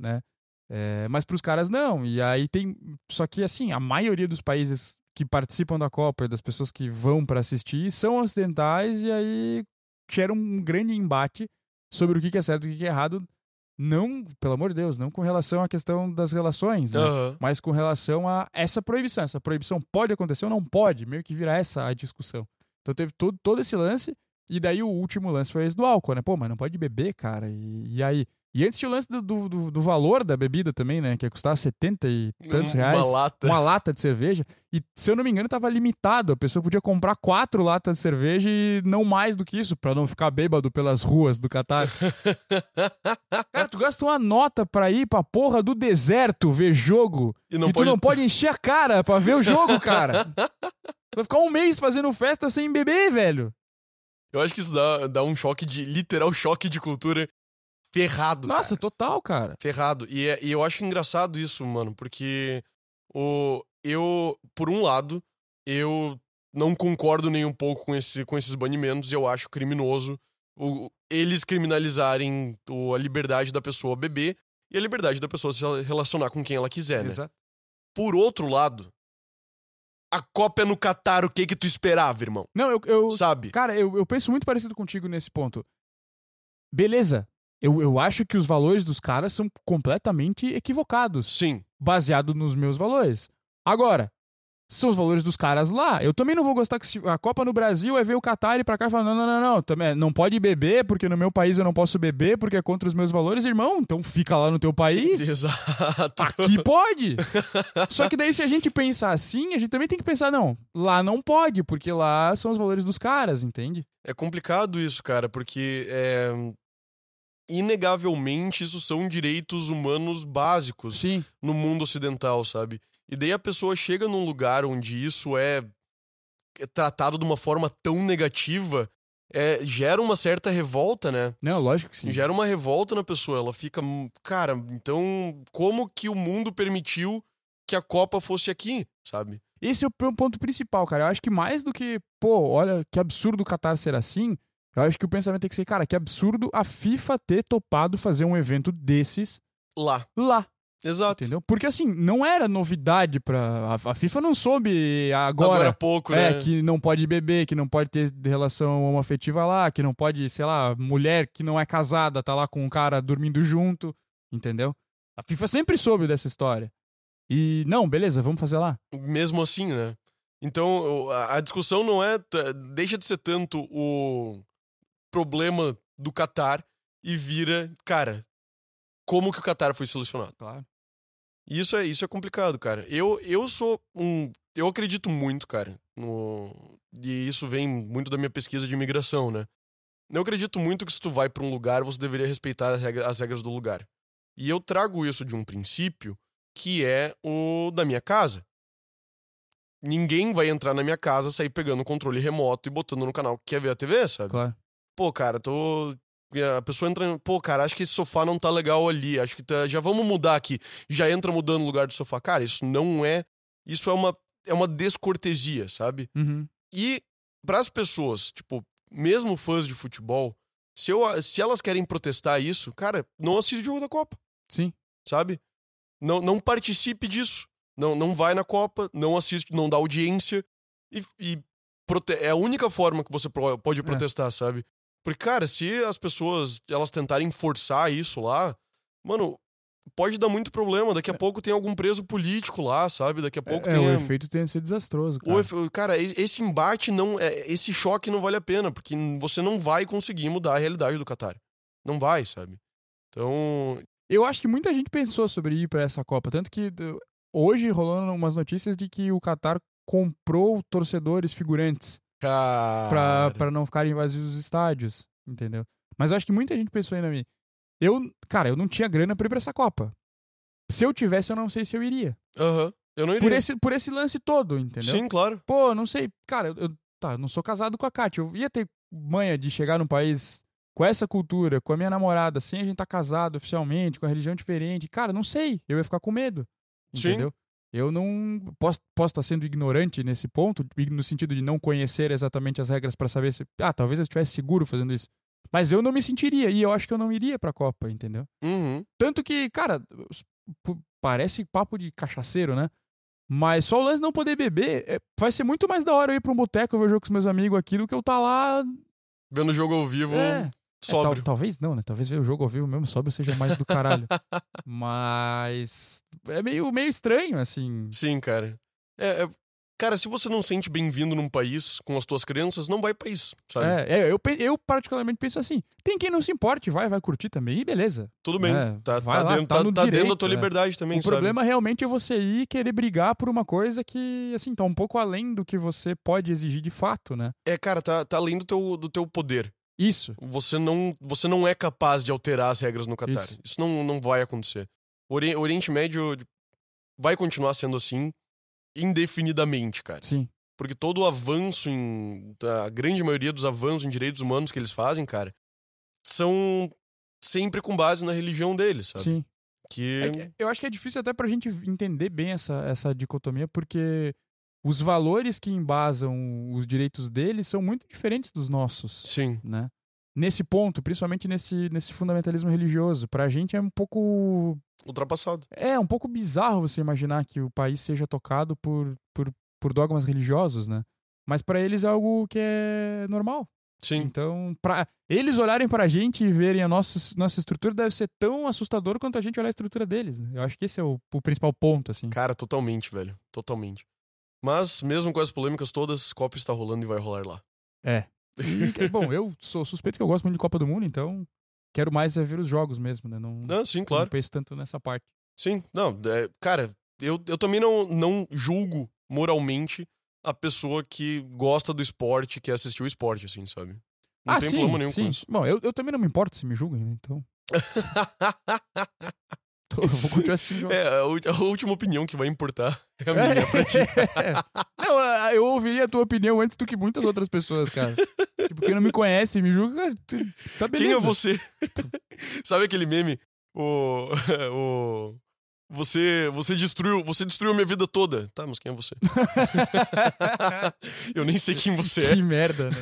Speaker 1: né? É, mas pros caras não. E aí tem. Só que, assim, a maioria dos países que participam da Copa e das pessoas que vão pra assistir são ocidentais e aí gera um grande embate sobre o que que é certo e o que que é errado. Não, pelo amor de Deus, não com relação à questão das relações, né?
Speaker 2: Aham.
Speaker 1: mas com relação a essa proibição. Essa proibição pode acontecer ou não pode? Meio que vira essa a discussão. Então teve todo, todo esse lance, e daí o último lance foi esse do álcool, né? Pô, mas não pode beber, cara. E, e aí? E antes tinha o lance do, do, do- do valor da bebida também, né? Que ia custar 70 e tantos
Speaker 2: Uma
Speaker 1: reais.
Speaker 2: lata.
Speaker 1: Uma lata de cerveja. E, se eu não me engano, tava limitado. A pessoa podia comprar quatro latas de cerveja e não mais do que isso, pra não ficar bêbado pelas ruas do Catar. Cara, tu gasta uma nota pra ir pra porra do deserto ver jogo
Speaker 2: E não
Speaker 1: e
Speaker 2: pode.
Speaker 1: tu não pode encher a cara pra ver o jogo, cara. Tu Vai ficar um mês fazendo festa sem beber, velho.
Speaker 2: Eu acho que isso dá, dá um choque de. literal choque de cultura ferrado.
Speaker 1: Nossa,
Speaker 2: cara.
Speaker 1: total, cara.
Speaker 2: Ferrado. E, é- e eu acho engraçado isso, mano, porque o, eu, por um lado, eu não concordo nem um pouco com, esse, com esses banimentos e eu acho criminoso o- eles criminalizarem o- a liberdade da pessoa beber e a liberdade da pessoa se relacionar com quem ela quiser, né?
Speaker 1: Exato.
Speaker 2: Por outro lado, a Copa é no Catar, o que que tu esperava, irmão?
Speaker 1: Não, eu, eu-
Speaker 2: Sabe?
Speaker 1: Cara, eu, eu penso muito parecido contigo nesse ponto. Beleza. Eu, eu acho que os valores dos caras são completamente equivocados,
Speaker 2: Sim,
Speaker 1: baseado nos meus valores. Agora, são os valores dos caras lá. Eu também não vou gostar que se- a Copa no Brasil é ver o Qatar e pra cá e falar: não, não, não, não, também não pode beber, porque no meu país eu não posso beber, porque é contra os meus valores, irmão. Então fica lá no teu país.
Speaker 2: exato.
Speaker 1: Aqui pode! Só que daí, se a gente pensar assim, a gente também tem que pensar, não, lá não pode, porque lá são os valores dos caras, entende?
Speaker 2: É complicado isso, cara, porque é, inegavelmente isso são direitos humanos básicos.
Speaker 1: Sim.
Speaker 2: no mundo ocidental, sabe? E daí a pessoa chega num lugar onde isso é é tratado de uma forma tão negativa, é, gera uma certa revolta, né?
Speaker 1: Não, lógico que sim.
Speaker 2: Gera uma revolta na pessoa. Ela fica, "Hum, cara, então como que o mundo permitiu que a Copa fosse aqui, sabe?
Speaker 1: Esse é o p- ponto principal, cara. Eu acho que mais do que, pô, olha que absurdo o Qatar ser assim, eu acho que o pensamento tem que ser, cara, que absurdo a FIFA ter topado fazer um evento desses
Speaker 2: Lá.
Speaker 1: lá,
Speaker 2: Exato.
Speaker 1: entendeu? Porque assim, não era novidade pra. A, a FIFA não soube
Speaker 2: Agora
Speaker 1: agora.
Speaker 2: há pouco,
Speaker 1: É,
Speaker 2: né?
Speaker 1: que não pode beber, que não pode ter relação homoafetiva lá, que não pode, sei lá, mulher que não é casada tá lá com um cara dormindo junto, entendeu? A FIFA sempre soube dessa história. E, não, beleza, vamos fazer lá.
Speaker 2: mesmo assim, né? Então, o- a a discussão não é. t- Deixa de ser tanto o problema do Qatar e vira, cara, como que o Qatar foi selecionado?
Speaker 1: Claro.
Speaker 2: E isso é, isso é complicado, cara. Eu, eu sou um. Eu acredito muito, cara, no. E isso vem muito da minha pesquisa de imigração, né? Eu acredito muito que se tu vai pra um lugar, você deveria respeitar as regra- as regras do lugar. E eu trago isso de um princípio que é o da minha casa. Ninguém vai entrar na minha casa, sair pegando o controle remoto e botando no canal que quer ver a TV, sabe?
Speaker 1: Claro.
Speaker 2: pô, cara, tô. eh, A pessoa entra. em- Pô, cara, acho que esse sofá não tá legal ali. Acho que tá... já vamos mudar aqui. Já entra mudando o lugar do sofá. Cara, isso não é. Isso é uma, é uma descortesia, sabe?
Speaker 1: Uhum.
Speaker 2: E pras pessoas, tipo, mesmo fãs de futebol, se, eu, se elas querem protestar isso, cara, não assiste o jogo da Copa,
Speaker 1: Sim.
Speaker 2: sabe? Não, não participe disso. Não, não vai na Copa, não assiste, não dá audiência. E, e prote- é a única forma que você pro-
Speaker 1: É.
Speaker 2: pode protestar, sabe? Porque, cara, se as pessoas elas tentarem forçar isso lá, mano, pode dar muito problema. Daqui a pouco tem algum preso político lá, sabe? Daqui a pouco
Speaker 1: é,
Speaker 2: tem.
Speaker 1: o
Speaker 2: a-
Speaker 1: efeito é. tem de ser desastroso, cara.
Speaker 2: o efe- cara, e- esse embate não. é- Esse choque não vale a pena, porque você não vai conseguir mudar a realidade do Qatar. Não vai, sabe? Então.
Speaker 1: Eu acho que muita gente pensou sobre ir pra essa Copa, tanto que eh, hoje rolando umas notícias de que o Qatar comprou torcedores figurantes pra
Speaker 2: Cara.
Speaker 1: pra não ficarem vazios os estádios, entendeu? Mas eu acho que muita gente pensou ainda em mim. Eu, cara, eu não tinha grana pra ir pra essa Copa. Se eu tivesse, eu não sei se eu iria.
Speaker 2: Aham. Eu não iria.
Speaker 1: Por esse, por esse lance todo, entendeu?
Speaker 2: Sim, claro.
Speaker 1: Pô, não sei, cara, eu, eu- tá, eu não sou casado com a Kátia. Eu ia ter manha de chegar num país com essa cultura, com a minha namorada, sem a gente estar casado oficialmente, com a religião diferente. Cara, não sei, eu ia ficar com medo.
Speaker 2: Sim.
Speaker 1: Entendeu? Eu não posso posso estar sendo ignorante nesse ponto, ig- no sentido de não conhecer exatamente as regras pra saber se, ah, talvez eu estivesse seguro fazendo isso. Mas eu não me sentiria e eu acho que eu não iria pra Copa, entendeu?
Speaker 2: Uhum.
Speaker 1: Tanto que, cara, os- pu- parece papo de cachaceiro, né? Mas só o lance de não poder beber é- vai ser muito mais da hora eu ir pra um boteco ver o jogo com os meus amigos aqui do que eu tá lá.
Speaker 2: Vendo o jogo ao vivo,
Speaker 1: É, é, tal-
Speaker 2: um sóbrio.
Speaker 1: talvez não, né? Talvez ver o jogo ao vivo mesmo sóbrio seja mais do caralho. Mas é meio, meio estranho, assim.
Speaker 2: Sim, cara. É, é- Cara, se você não sente bem-vindo num país com as tuas crenças, não vai pra país, sabe?
Speaker 1: É, é, eu, pe- eu particularmente penso assim. Tem quem não se importe, vai, vai curtir também, e beleza.
Speaker 2: Tudo bem.
Speaker 1: É,
Speaker 2: tá
Speaker 1: vai
Speaker 2: tá
Speaker 1: lá,
Speaker 2: dentro,
Speaker 1: tá
Speaker 2: tá,
Speaker 1: no
Speaker 2: tá dentro da
Speaker 1: direito,
Speaker 2: tua
Speaker 1: é.
Speaker 2: liberdade também,
Speaker 1: o
Speaker 2: sabe?
Speaker 1: problema realmente é você ir querer brigar por uma coisa que, assim, tá um pouco além do que você pode exigir de fato, né?
Speaker 2: É, cara, tá, tá além do teu, do teu poder.
Speaker 1: Isso.
Speaker 2: Você não, você não é capaz de alterar as regras no Catar. Isso,
Speaker 1: Isso.
Speaker 2: não, não vai acontecer. O Ori- o Oriente Médio vai continuar sendo assim indefinidamente, cara.
Speaker 1: Sim.
Speaker 2: Porque todo o avanço em. A grande maioria dos avanços em direitos humanos que eles fazem, cara, são sempre com base na religião deles, sabe?
Speaker 1: Sim.
Speaker 2: Que.
Speaker 1: É que- eu acho que é difícil até pra gente entender bem essa, essa dicotomia, porque os valores que embasam os direitos deles são muito diferentes dos nossos,
Speaker 2: Sim.
Speaker 1: né? Nesse ponto, principalmente nesse, nesse fundamentalismo religioso, pra gente é um pouco
Speaker 2: Ultrapassado.
Speaker 1: é um pouco bizarro você imaginar que o país seja tocado por, por, por dogmas religiosos, né? Mas pra eles é algo que é normal.
Speaker 2: Sim.
Speaker 1: Então, pra eles olharem pra gente e verem a nossa, nossa estrutura deve ser tão assustador quanto a gente olhar a estrutura deles, né? Eu acho que esse é o, o principal ponto, assim.
Speaker 2: Cara, totalmente, velho. Totalmente. Mas, mesmo com as polêmicas todas, Copa está rolando e vai rolar lá.
Speaker 1: Uhum. E, que- bom, eu sou suspeito que eu gosto muito de Copa do Mundo, então quero mais é ver os jogos mesmo, né? Não,
Speaker 2: Não, sim,
Speaker 1: não
Speaker 2: claro.
Speaker 1: penso tanto nessa parte.
Speaker 2: Sim. Não, é, cara, eu, eu também não, não julgo moralmente a pessoa que gosta do esporte, que assistiu o esporte, assim, sabe? Não
Speaker 1: ah,
Speaker 2: tem
Speaker 1: sim,
Speaker 2: problema nenhum
Speaker 1: sim.
Speaker 2: com isso.
Speaker 1: Bom, eu, eu também não me importo se me julguem, né? Então, tô- eu vou continuar assistindo jogos.
Speaker 2: É, a, ú- a última opinião que vai importar é a minha pra ti.
Speaker 1: Não, a- eu ouviria a tua opinião antes do que muitas outras pessoas, cara. tipo, quem não me conhece e me julga, cara, tu- tá beleza.
Speaker 2: Quem é você? Sabe aquele meme? O. o você, você destruiu, você destruiu minha vida toda. Tá, mas quem é você? eu nem sei quem você é.
Speaker 1: Que merda, né?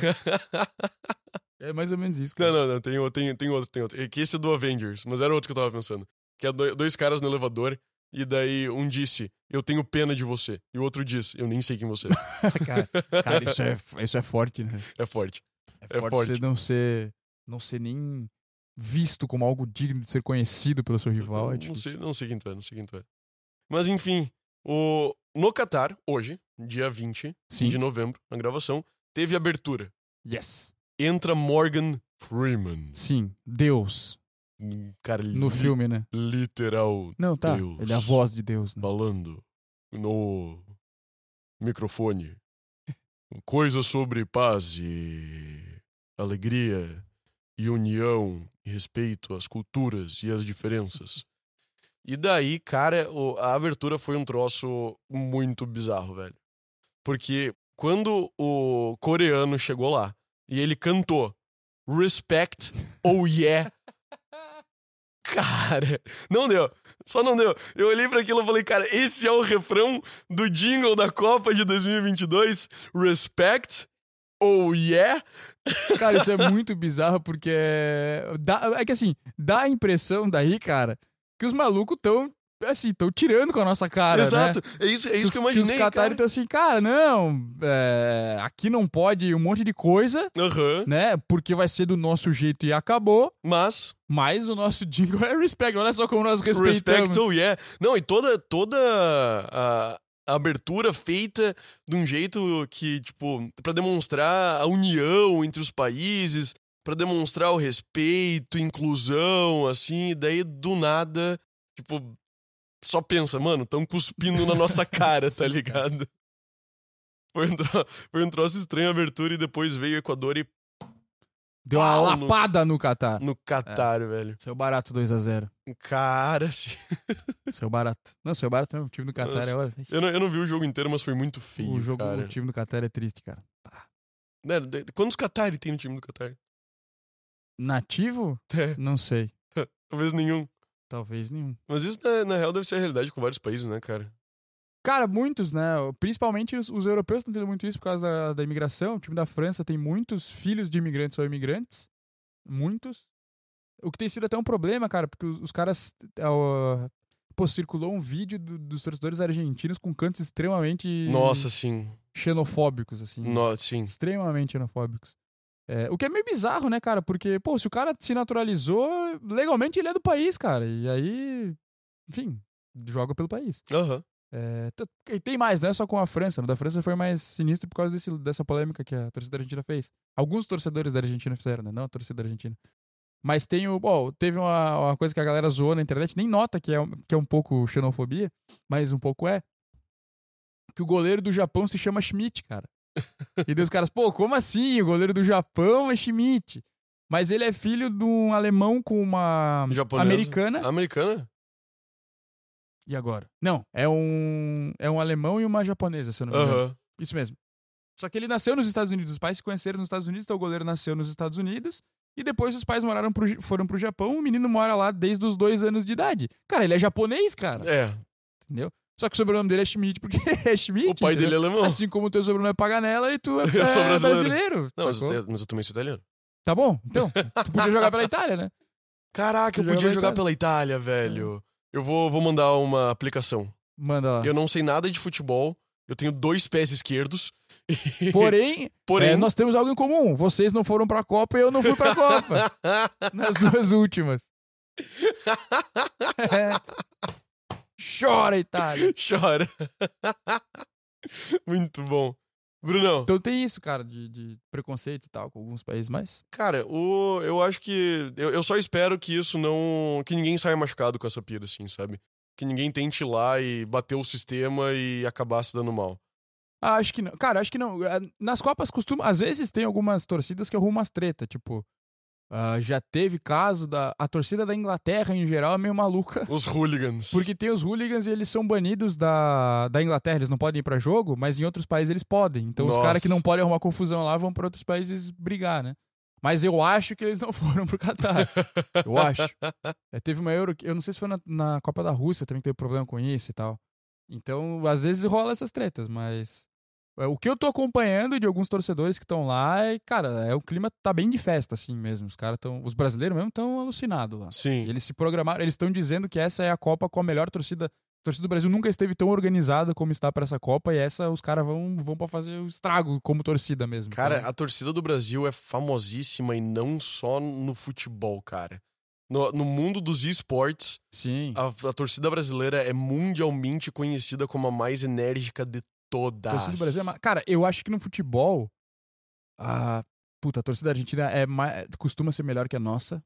Speaker 1: É mais ou menos isso.
Speaker 2: Não,
Speaker 1: Cara.
Speaker 2: não, não. Tem, o- tem, tem outro, tem outro. É Que esse é do Avengers, mas era outro que eu tava pensando. Que é do- dois caras no elevador, e daí um disse, eu tenho pena de você. E o outro diz, eu nem sei quem você é.
Speaker 1: cara, cara, isso é, isso é forte, né?
Speaker 2: É forte. É
Speaker 1: Você
Speaker 2: forte.
Speaker 1: não ser, não ser nem visto como algo digno de ser conhecido pelo seu rival. É
Speaker 2: Então, não,
Speaker 1: difícil.
Speaker 2: sei, não sei quem tu é, não sei quem tu é. Mas enfim, o... no Catar, hoje, dia 20
Speaker 1: Sim.
Speaker 2: de novembro, na gravação, teve abertura.
Speaker 1: Yes.
Speaker 2: Entra Morgan Freeman. Hum,
Speaker 1: Sim. Deus.
Speaker 2: Cara, li-
Speaker 1: No filme, né?
Speaker 2: literal
Speaker 1: Não, tá.
Speaker 2: Uhum. Deus.
Speaker 1: Ele é a voz de Deus, né?
Speaker 2: falando no microfone coisas sobre paz e alegria e união e respeito às culturas e às diferenças. E daí, cara, o- a abertura foi um troço muito bizarro, velho. Porque quando o coreano chegou lá e ele cantou Respect, oh yeah. Cara, não deu. Só não deu. Eu olhei pra aquilo e falei, cara, esse é o refrão do jingle da Copa de 2022? Respect? Oh yeah?
Speaker 1: Cara, isso é muito bizarro porque. é- Dá, é que assim, dá a impressão daí, cara, que os malucos tão. Assim, tão tirando com a nossa cara.
Speaker 2: Exato.
Speaker 1: Né?
Speaker 2: É isso, é isso que, eu
Speaker 1: os-
Speaker 2: imaginei,
Speaker 1: Os catares
Speaker 2: cara.
Speaker 1: estão assim, cara, não. é, aqui não pode um monte de coisa,
Speaker 2: Aham.
Speaker 1: né? Porque vai ser do nosso jeito e acabou.
Speaker 2: Mas,
Speaker 1: Mas o nosso jingle é respect. Olha só como nós respeitamos.
Speaker 2: respect, oh yeah. Não, e toda, toda a, a abertura feita de um jeito que, tipo, pra demonstrar a união entre os países, pra demonstrar o respeito, inclusão, assim, e daí do nada, tipo, só pensa, mano, tão cuspindo na nossa cara,
Speaker 1: Sim,
Speaker 2: tá
Speaker 1: cara.
Speaker 2: ligado? Foi um, tro- foi um troço estranho a abertura e depois veio o Equador e
Speaker 1: Deu uma
Speaker 2: Pau no-
Speaker 1: lapada no Catar.
Speaker 2: no
Speaker 1: É.
Speaker 2: Catar, velho.
Speaker 1: Seu barato 2x0.
Speaker 2: Cara, assim.
Speaker 1: Seu barato. Não, seu barato mesmo. O time do Catar é.
Speaker 2: Nossa,
Speaker 1: olha,
Speaker 2: Eu não, eu não vi o jogo inteiro, mas foi muito feio.
Speaker 1: O, jogo,
Speaker 2: cara.
Speaker 1: o time do Catar é triste, cara.
Speaker 2: Né, de- de- Quantos Qatari tem no time do Qatar?
Speaker 1: Nativo?
Speaker 2: É.
Speaker 1: Não sei.
Speaker 2: Talvez nenhum.
Speaker 1: Talvez nenhum.
Speaker 2: Mas isso, né, na, na real, deve ser a realidade com vários países, né, cara?
Speaker 1: Cara, muitos, né? Principalmente os, os europeus estão tendo muito isso por causa da, da imigração. O time da França tem muitos filhos de imigrantes ou imigrantes. Muitos. O que tem sido até um problema, cara, porque os, os caras. ah, pô, circulou um vídeo do- dos torcedores argentinos com cantos extremamente
Speaker 2: Nossa, sim.
Speaker 1: xenofóbicos, assim.
Speaker 2: No, sim.
Speaker 1: Extremamente xenofóbicos. É, o que é meio bizarro, né, cara? Porque, pô, se o cara se naturalizou, legalmente ele é do país, cara. E aí. Enfim, joga pelo país.
Speaker 2: Aham.
Speaker 1: É, t- e tem mais, não é só com a França. No da França foi mais sinistro por causa desse, dessa polêmica que a torcida argentina fez. Alguns torcedores da Argentina fizeram, né? Não a torcida argentina. Mas tem o. Bom, teve uma, uma coisa que a galera zoou na internet, nem nota que é, um- que é um pouco xenofobia, mas um pouco é. Que o goleiro do Japão se chama Schmidt, cara. E daí os caras, pô, como assim? O goleiro do Japão é Schmidt. Mas ele é filho de um alemão com uma
Speaker 2: Japonesa.
Speaker 1: americana.
Speaker 2: Americana?
Speaker 1: E agora? Não, é um é um alemão e uma japonesa, se eu não me engano.
Speaker 2: Aham.
Speaker 1: Isso mesmo. Só que ele nasceu nos Estados Unidos, os pais se conheceram nos Estados Unidos, então o goleiro nasceu nos Estados Unidos. E depois os pais moraram pro, Ja- foram pro Japão, o menino mora lá desde os dois anos de idade. Cara, ele é japonês, cara.
Speaker 2: É.
Speaker 1: Entendeu? Só que o sobrenome dele é Schmidt, porque é Schmidt.
Speaker 2: O pai dele é
Speaker 1: entendeu?
Speaker 2: alemão.
Speaker 1: Assim como o teu sobrenome é Paganella e tu é,
Speaker 2: Eu sou
Speaker 1: é
Speaker 2: brasileiro.
Speaker 1: brasileiro.
Speaker 2: Não, mas eu,
Speaker 1: sacou?
Speaker 2: te- mas eu também sou italiano.
Speaker 1: Tá bom, então. Tu podia jogar pela Itália, né?
Speaker 2: Caraca, eu
Speaker 1: Jogar
Speaker 2: podia
Speaker 1: na
Speaker 2: jogar
Speaker 1: Itália. É.
Speaker 2: pela Itália, velho. Eu vou, vou mandar uma aplicação.
Speaker 1: Manda lá.
Speaker 2: Eu não sei nada de futebol. Eu tenho dois pés esquerdos.
Speaker 1: Porém,
Speaker 2: Porém,
Speaker 1: é, nós temos algo em comum. Vocês não foram pra Copa e eu não fui pra Copa. nas duas últimas. É. Chora, Itália.
Speaker 2: chora. Muito bom. Brunão,
Speaker 1: Então tem isso, cara, de, de preconceito e tal com alguns países, mas.
Speaker 2: cara, o, eu acho que. Eu, eu só espero que isso não. Que ninguém saia machucado com essa pira, assim, sabe? Que ninguém tente ir lá e bater o sistema e acabar se dando mal.
Speaker 1: Ah, acho que não. Cara, acho que não. Ah, Nas Copas costuma. Às vezes tem algumas torcidas que arrumam as treta. Tipo, ah, já teve caso da. A torcida da Inglaterra, em geral, é meio maluca.
Speaker 2: Os hooligans.
Speaker 1: Porque tem os hooligans e eles são banidos da, da Inglaterra, eles não podem ir pra jogo, mas em outros países eles podem. Então os
Speaker 2: Nossa.
Speaker 1: caras que não podem arrumar confusão lá vão pra outros países brigar, né? Mas eu acho que eles não foram pro Catar. eu acho. É, teve uma Euro. que- Eu não sei se foi na, na Copa da Rússia também que teve problema com isso e tal. Então, às vezes rola essas tretas, mas. é, O que eu tô acompanhando de alguns torcedores que estão lá, é, cara, é o clima tá bem de festa, assim mesmo. Os caras estão. Os brasileiros mesmo estão alucinados lá.
Speaker 2: Sim.
Speaker 1: Eles se programaram, eles estão dizendo que essa é a Copa com a melhor torcida. A torcida do Brasil nunca esteve tão organizada como está pra essa Copa e essa os caras vão, vão para fazer o estrago como torcida mesmo.
Speaker 2: Cara,
Speaker 1: Então,
Speaker 2: a torcida do Brasil é famosíssima e não só no futebol, cara. No, no mundo dos esportes,
Speaker 1: sim.
Speaker 2: a, a torcida brasileira é mundialmente conhecida como a mais enérgica de
Speaker 1: A
Speaker 2: todas.
Speaker 1: torcida do Brasil é ma- Cara, eu acho que no futebol a puta, a torcida argentina é mais costuma ser melhor que a nossa.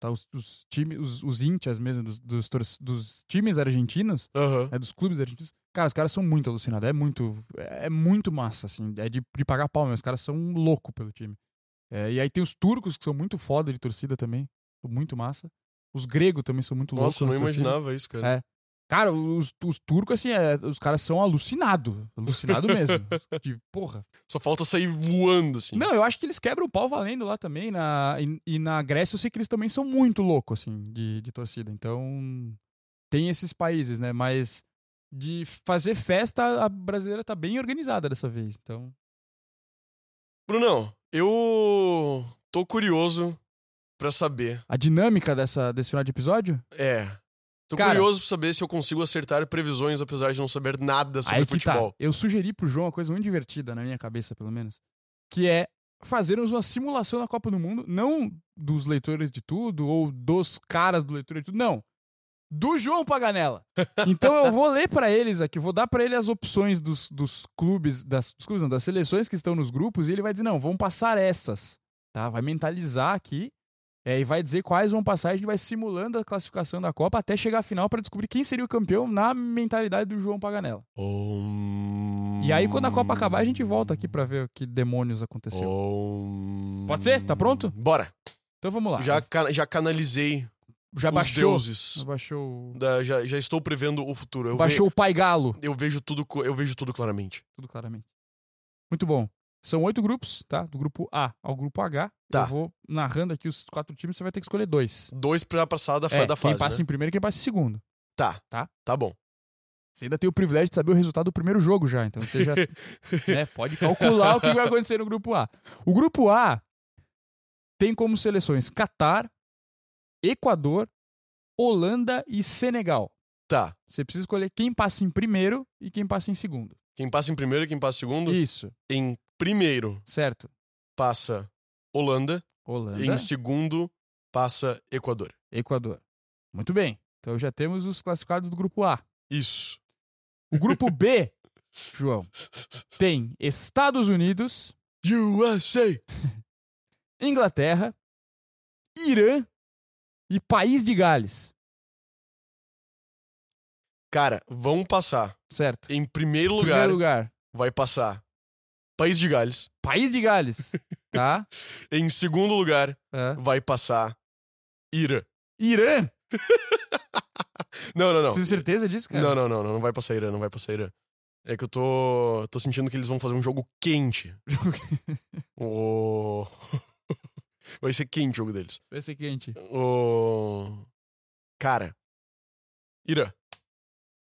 Speaker 1: Tá, os, os times, os, os íntias mesmo dos, dos, tor- dos times argentinos
Speaker 2: Aham.
Speaker 1: né, dos clubes argentinos. Cara, os caras são muito alucinados. É muito, é muito massa, assim. É de, de pagar pau mesmo. Os caras são loucos pelo time. É, e aí tem os turcos, que são muito foda de torcida também. São muito massa. Os gregos também são muito loucos.
Speaker 2: Nossa, eu não
Speaker 1: nas torcidas.
Speaker 2: imaginava isso, cara.
Speaker 1: É. Cara, os, os turcos, assim, é, os caras são alucinados. Alucinado mesmo. de, porra.
Speaker 2: Só falta sair voando, assim.
Speaker 1: Não, eu acho que eles quebram o pau valendo lá também. Na, e, e na Grécia eu sei que eles também são muito loucos, assim, de, de torcida. Então, tem esses países, né? Mas de fazer festa, a brasileira tá bem organizada dessa vez. Então,
Speaker 2: Brunão, eu tô curioso pra saber.
Speaker 1: a dinâmica dessa, desse final de episódio?
Speaker 2: É. Tô
Speaker 1: Cara-
Speaker 2: curioso pra saber se eu consigo acertar previsões, apesar de não saber nada sobre
Speaker 1: Aí que
Speaker 2: futebol.
Speaker 1: tá. Eu sugeri pro João uma coisa muito divertida, na minha cabeça, pelo menos. Que é fazermos uma simulação da Copa do Mundo, não dos leitores de tudo, ou dos caras do leitor de tudo, não. Do João Paganella. Então eu vou ler pra eles aqui, vou dar pra ele as opções dos, dos clubes, das, dos clubes não, das seleções que estão nos grupos, e ele vai dizer, não, vão passar essas. Tá? Vai mentalizar aqui. é, e vai dizer quais vão passar, e a gente vai simulando a classificação da Copa até chegar à final pra descobrir quem seria o campeão na mentalidade do João Paganella.
Speaker 2: Om.
Speaker 1: E aí, quando a Copa acabar, a gente volta aqui pra ver o que demônios aconteceu.
Speaker 2: Om.
Speaker 1: Pode ser? Tá pronto?
Speaker 2: Bora.
Speaker 1: Então vamos lá.
Speaker 2: Já, ca- já canalizei
Speaker 1: já
Speaker 2: os
Speaker 1: baixou.
Speaker 2: deuses.
Speaker 1: Baixou. o-
Speaker 2: da- já, já estou prevendo o futuro. Eu,
Speaker 1: baixou o Pai Galo.
Speaker 2: ve- eu vejo tudo, co- eu vejo tudo claramente.
Speaker 1: Tudo claramente. Muito bom. São oito grupos, tá? Do grupo A ao grupo H.
Speaker 2: Tá.
Speaker 1: Eu vou narrando aqui os quatro times, você vai ter que escolher dois.
Speaker 2: Dois pra passar da, fa-
Speaker 1: É,
Speaker 2: da
Speaker 1: quem
Speaker 2: fase.
Speaker 1: passa
Speaker 2: né?
Speaker 1: em primeiro e quem passa em segundo.
Speaker 2: Tá.
Speaker 1: Tá?
Speaker 2: Tá bom.
Speaker 1: Você ainda tem o privilégio de saber o resultado do primeiro jogo já, então você já né, pode calcular o que vai acontecer no grupo A. O grupo A tem como seleções Catar, Equador, Holanda e Senegal.
Speaker 2: Tá.
Speaker 1: Você precisa escolher quem passa em primeiro e quem passa em segundo.
Speaker 2: Quem passa em primeiro e quem passa em segundo.
Speaker 1: Isso,
Speaker 2: Em primeiro
Speaker 1: certo.
Speaker 2: passa Holanda.
Speaker 1: Holanda,
Speaker 2: Em segundo passa Equador.
Speaker 1: Equador. Muito bem. Então já temos os classificados do grupo A.
Speaker 2: Isso.
Speaker 1: O grupo B, João, tem Estados Unidos,
Speaker 2: USA!
Speaker 1: Inglaterra, Irã e País de Gales.
Speaker 2: Cara, vão passar.
Speaker 1: Certo.
Speaker 2: Em primeiro lugar,
Speaker 1: Primeiro lugar,
Speaker 2: vai passar País de Gales.
Speaker 1: País de Gales, tá?
Speaker 2: Em segundo lugar,
Speaker 1: É.
Speaker 2: vai passar Irã.
Speaker 1: Irã?
Speaker 2: Não, não, não.
Speaker 1: Você tem certeza disso, cara?
Speaker 2: Não, não, não, não, não vai passar Irã, não vai passar Irã. É que eu tô, tô sentindo que eles vão fazer um jogo quente. O- Vai ser quente o jogo deles.
Speaker 1: Vai ser quente.
Speaker 2: O... Cara, Irã.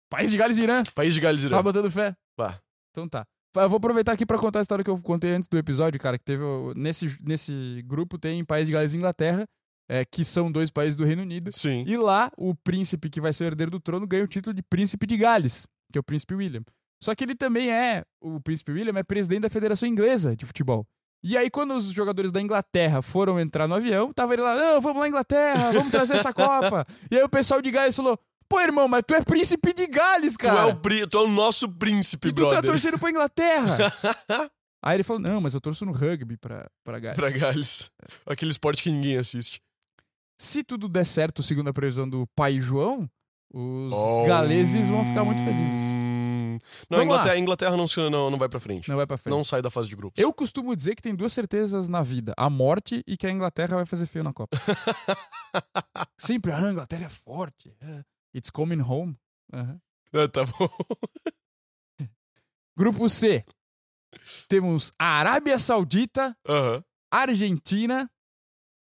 Speaker 1: País de Gales e Irã.
Speaker 2: País de Gales e Irã.
Speaker 1: Tava botando fé.
Speaker 2: Pá.
Speaker 1: Então tá. Eu vou aproveitar aqui pra contar a história que eu contei antes do episódio, cara, que teve. o- Nesse, nesse grupo tem País de Gales e Inglaterra, é, que são dois países do Reino Unido.
Speaker 2: Sim.
Speaker 1: E lá, o príncipe que vai ser o herdeiro do trono ganha o título de príncipe de Gales, que é o príncipe William. Só que ele também é, o príncipe William é presidente da Federação Inglesa de Futebol. E aí, quando os jogadores da Inglaterra foram entrar no avião, tava ele lá, não, vamos lá, Inglaterra, vamos trazer essa Copa. E aí o pessoal de Gales falou, pô, irmão, mas tu é príncipe de Gales,
Speaker 2: Tu é,
Speaker 1: cara.
Speaker 2: o pri- tu é o nosso príncipe,
Speaker 1: e tu tá
Speaker 2: brother.
Speaker 1: torcendo pra Inglaterra. aí ele falou, não, mas eu torço no rugby pra, pra Gales.
Speaker 2: pra Gales. Aquele esporte que ninguém assiste.
Speaker 1: Se tudo der certo, segundo a previsão do pai João, os
Speaker 2: Oh,
Speaker 1: galeses vão ficar muito felizes.
Speaker 2: hum. Não,
Speaker 1: Vamos
Speaker 2: a Inglaterra, a Inglaterra não, se- não, não vai pra frente.
Speaker 1: Não vai pra frente.
Speaker 2: Não sai da fase de grupos.
Speaker 1: Eu costumo dizer que tem duas certezas na vida: a morte e que a Inglaterra vai fazer feio na Copa. Sempre, ah, a Inglaterra é forte. é. It's coming home. Aham.
Speaker 2: Ah, tá bom.
Speaker 1: Grupo C. Temos a Arábia Saudita,
Speaker 2: Aham.
Speaker 1: Argentina,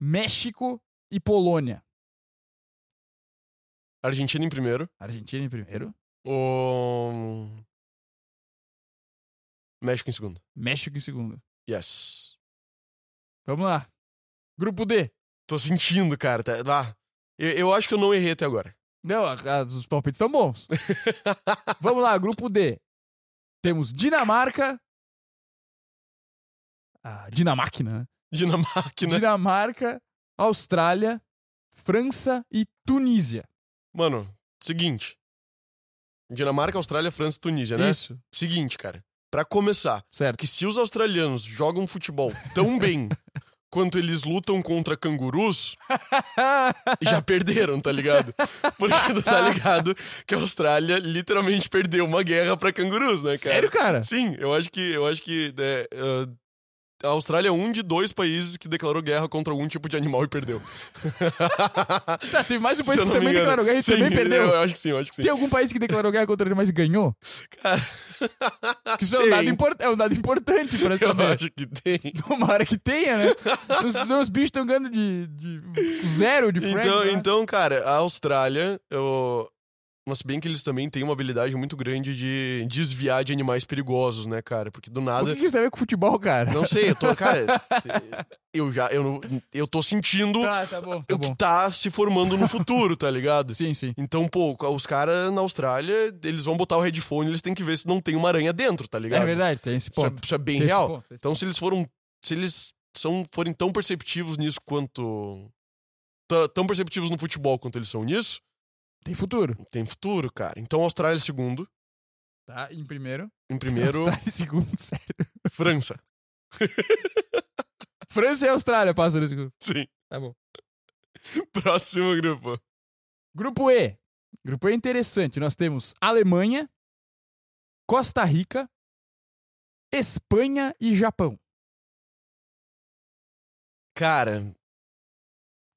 Speaker 1: México e Polônia.
Speaker 2: Argentina em primeiro.
Speaker 1: Argentina em primeiro,
Speaker 2: O... México em segundo.
Speaker 1: México em segundo.
Speaker 2: Yes.
Speaker 1: Vamos lá. Grupo D.
Speaker 2: Tô sentindo, cara. Tá... Ah, eu, eu acho que eu não errei até agora.
Speaker 1: Não, a- a- os palpites estão bons. Vamos lá, grupo D. Temos Dinamarca. Ah, Dinamarca, né?
Speaker 2: Dinamarca, né?
Speaker 1: Dinamarca, Austrália, França e Tunísia.
Speaker 2: Mano, seguinte. Dinamarca, Austrália, França e Tunísia, né?
Speaker 1: Isso,
Speaker 2: Seguinte, cara. Pra começar,
Speaker 1: certo.
Speaker 2: que se os australianos jogam futebol tão bem quanto eles lutam contra cangurus, já perderam, tá ligado? Porque tu tá ligado que a Austrália literalmente perdeu uma guerra pra cangurus, né, cara?
Speaker 1: Sério, cara?
Speaker 2: Sim, eu acho que eu acho que né, uh, a Austrália é um de dois países que declarou guerra contra algum tipo de animal e perdeu.
Speaker 1: Tá, teve mais um
Speaker 2: Se
Speaker 1: país
Speaker 2: eu
Speaker 1: que
Speaker 2: não me
Speaker 1: também
Speaker 2: engano.
Speaker 1: declarou guerra e
Speaker 2: Sim,
Speaker 1: também
Speaker 2: Eu
Speaker 1: perdeu.
Speaker 2: acho que sim, eu acho que sim.
Speaker 1: Tem algum país que declarou guerra contra animais e ganhou?
Speaker 2: Cara,
Speaker 1: Que isso é um, dado,
Speaker 2: Tem.
Speaker 1: import- é um dado importante pra
Speaker 2: eu
Speaker 1: saber.
Speaker 2: acho que tem.
Speaker 1: Tomara que tenha, né? Os, os bichos estão ganhando de, de zero de Frank.
Speaker 2: Então,
Speaker 1: né?
Speaker 2: então, cara, a Austrália, eu... mas bem que eles também têm uma habilidade muito grande de desviar de animais perigosos, né, cara? Porque do
Speaker 1: O
Speaker 2: nada
Speaker 1: que, que isso tem a ver com futebol, cara?
Speaker 2: Não sei, eu tô, cara, eu já, eu, não- eu tô sentindo
Speaker 1: Tá, tá bom, tá
Speaker 2: o que
Speaker 1: bom.
Speaker 2: tá se formando no futuro, tá ligado?
Speaker 1: Sim, sim.
Speaker 2: Então, pô, os caras na Austrália, eles vão botar o headphone, eles têm que ver se não tem uma aranha dentro, tá ligado?
Speaker 1: É verdade, tem esse
Speaker 2: Isso é,
Speaker 1: ponto.
Speaker 2: isso é bem
Speaker 1: Tem esse
Speaker 2: real.
Speaker 1: ponto, tem esse
Speaker 2: Então, se eles foram, se eles são, forem tão perceptivos nisso quanto tã- tão perceptivos no futebol quanto eles são nisso,
Speaker 1: ponto. Tem futuro.
Speaker 2: tem futuro, cara. Então, Austrália em segundo,
Speaker 1: Tá, em primeiro.
Speaker 2: em primeiro,
Speaker 1: Austrália em segundo, sério.
Speaker 2: França.
Speaker 1: França e Austrália passam nesse grupo.
Speaker 2: Sim.
Speaker 1: Tá bom.
Speaker 2: Próximo grupo.
Speaker 1: Grupo E. Grupo E é interessante. Nós temos Alemanha, Costa Rica, Espanha e Japão.
Speaker 2: Cara,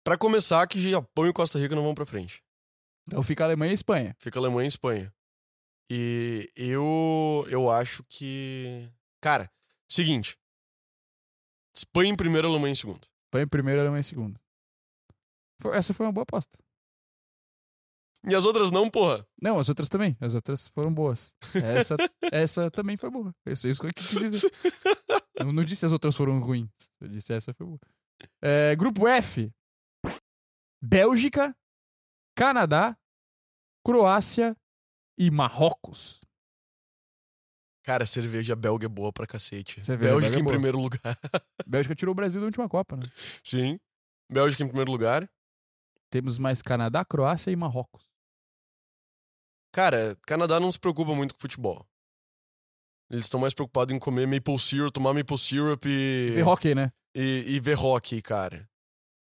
Speaker 2: pra começar, que Japão e Costa Rica não vão pra frente.
Speaker 1: Então fica Alemanha e Espanha.
Speaker 2: Fica Alemanha e Espanha. E eu eu acho que, cara, seguinte. Espanha em primeiro, Alemanha em segundo.
Speaker 1: Espanha em primeiro, Alemanha em segundo. Foi- Essa foi uma boa aposta.
Speaker 2: E as outras não, porra.
Speaker 1: Não, as outras também. As outras foram boas. Essa, essa também foi boa. É Isso, isso que eu quis dizer. Eu não disse as outras foram ruins. Eu disse essa foi boa. É, grupo F. Bélgica, Canadá, Croácia e Marrocos.
Speaker 2: Cara, cerveja belga é boa pra cacete.
Speaker 1: Cerveja
Speaker 2: Bélgica
Speaker 1: belga é
Speaker 2: em
Speaker 1: boa.
Speaker 2: primeiro lugar.
Speaker 1: Bélgica tirou o Brasil da última Copa, né?
Speaker 2: Sim. Bélgica em primeiro lugar.
Speaker 1: Temos mais Canadá, Croácia e Marrocos.
Speaker 2: Cara, Canadá não se preocupa muito com futebol. Eles estão mais preocupados em comer maple syrup, tomar maple syrup e
Speaker 1: Vê hockey, né?
Speaker 2: e, e ver rock, cara.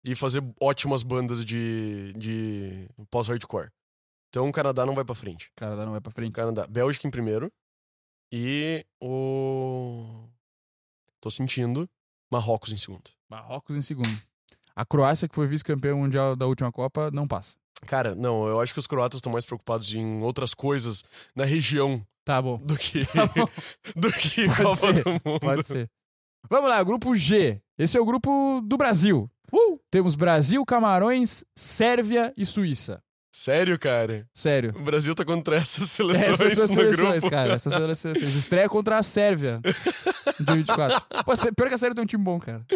Speaker 2: E fazer ótimas bandas de, de pós-hardcore. Então o Canadá não vai pra frente.
Speaker 1: Canadá não vai pra frente.
Speaker 2: Canadá, Bélgica em primeiro. E o. Tô sentindo. Marrocos em segundo.
Speaker 1: Marrocos em segundo. A Croácia, que foi vice-campeã mundial da última Copa, não passa.
Speaker 2: Cara, não, eu acho que os croatas estão mais preocupados em outras coisas na região
Speaker 1: Tá bom.
Speaker 2: do que.
Speaker 1: Tá bom.
Speaker 2: do que
Speaker 1: Pode
Speaker 2: Copa
Speaker 1: ser,
Speaker 2: do Mundo.
Speaker 1: Pode ser. Vamos lá, grupo G. Esse é o
Speaker 2: Uh!
Speaker 1: grupo do Brasil. Temos Brasil, Camarões, Sérvia e Suíça.
Speaker 2: Sério, cara?
Speaker 1: Sério.
Speaker 2: O Brasil tá contra essas seleções
Speaker 1: Essas são as
Speaker 2: no
Speaker 1: seleções,
Speaker 2: grupo.
Speaker 1: cara. Essas são as seleções. Estreia contra a Sérvia. Dia 24. Pô, sé- pior que a Sérvia tem um time bom, cara.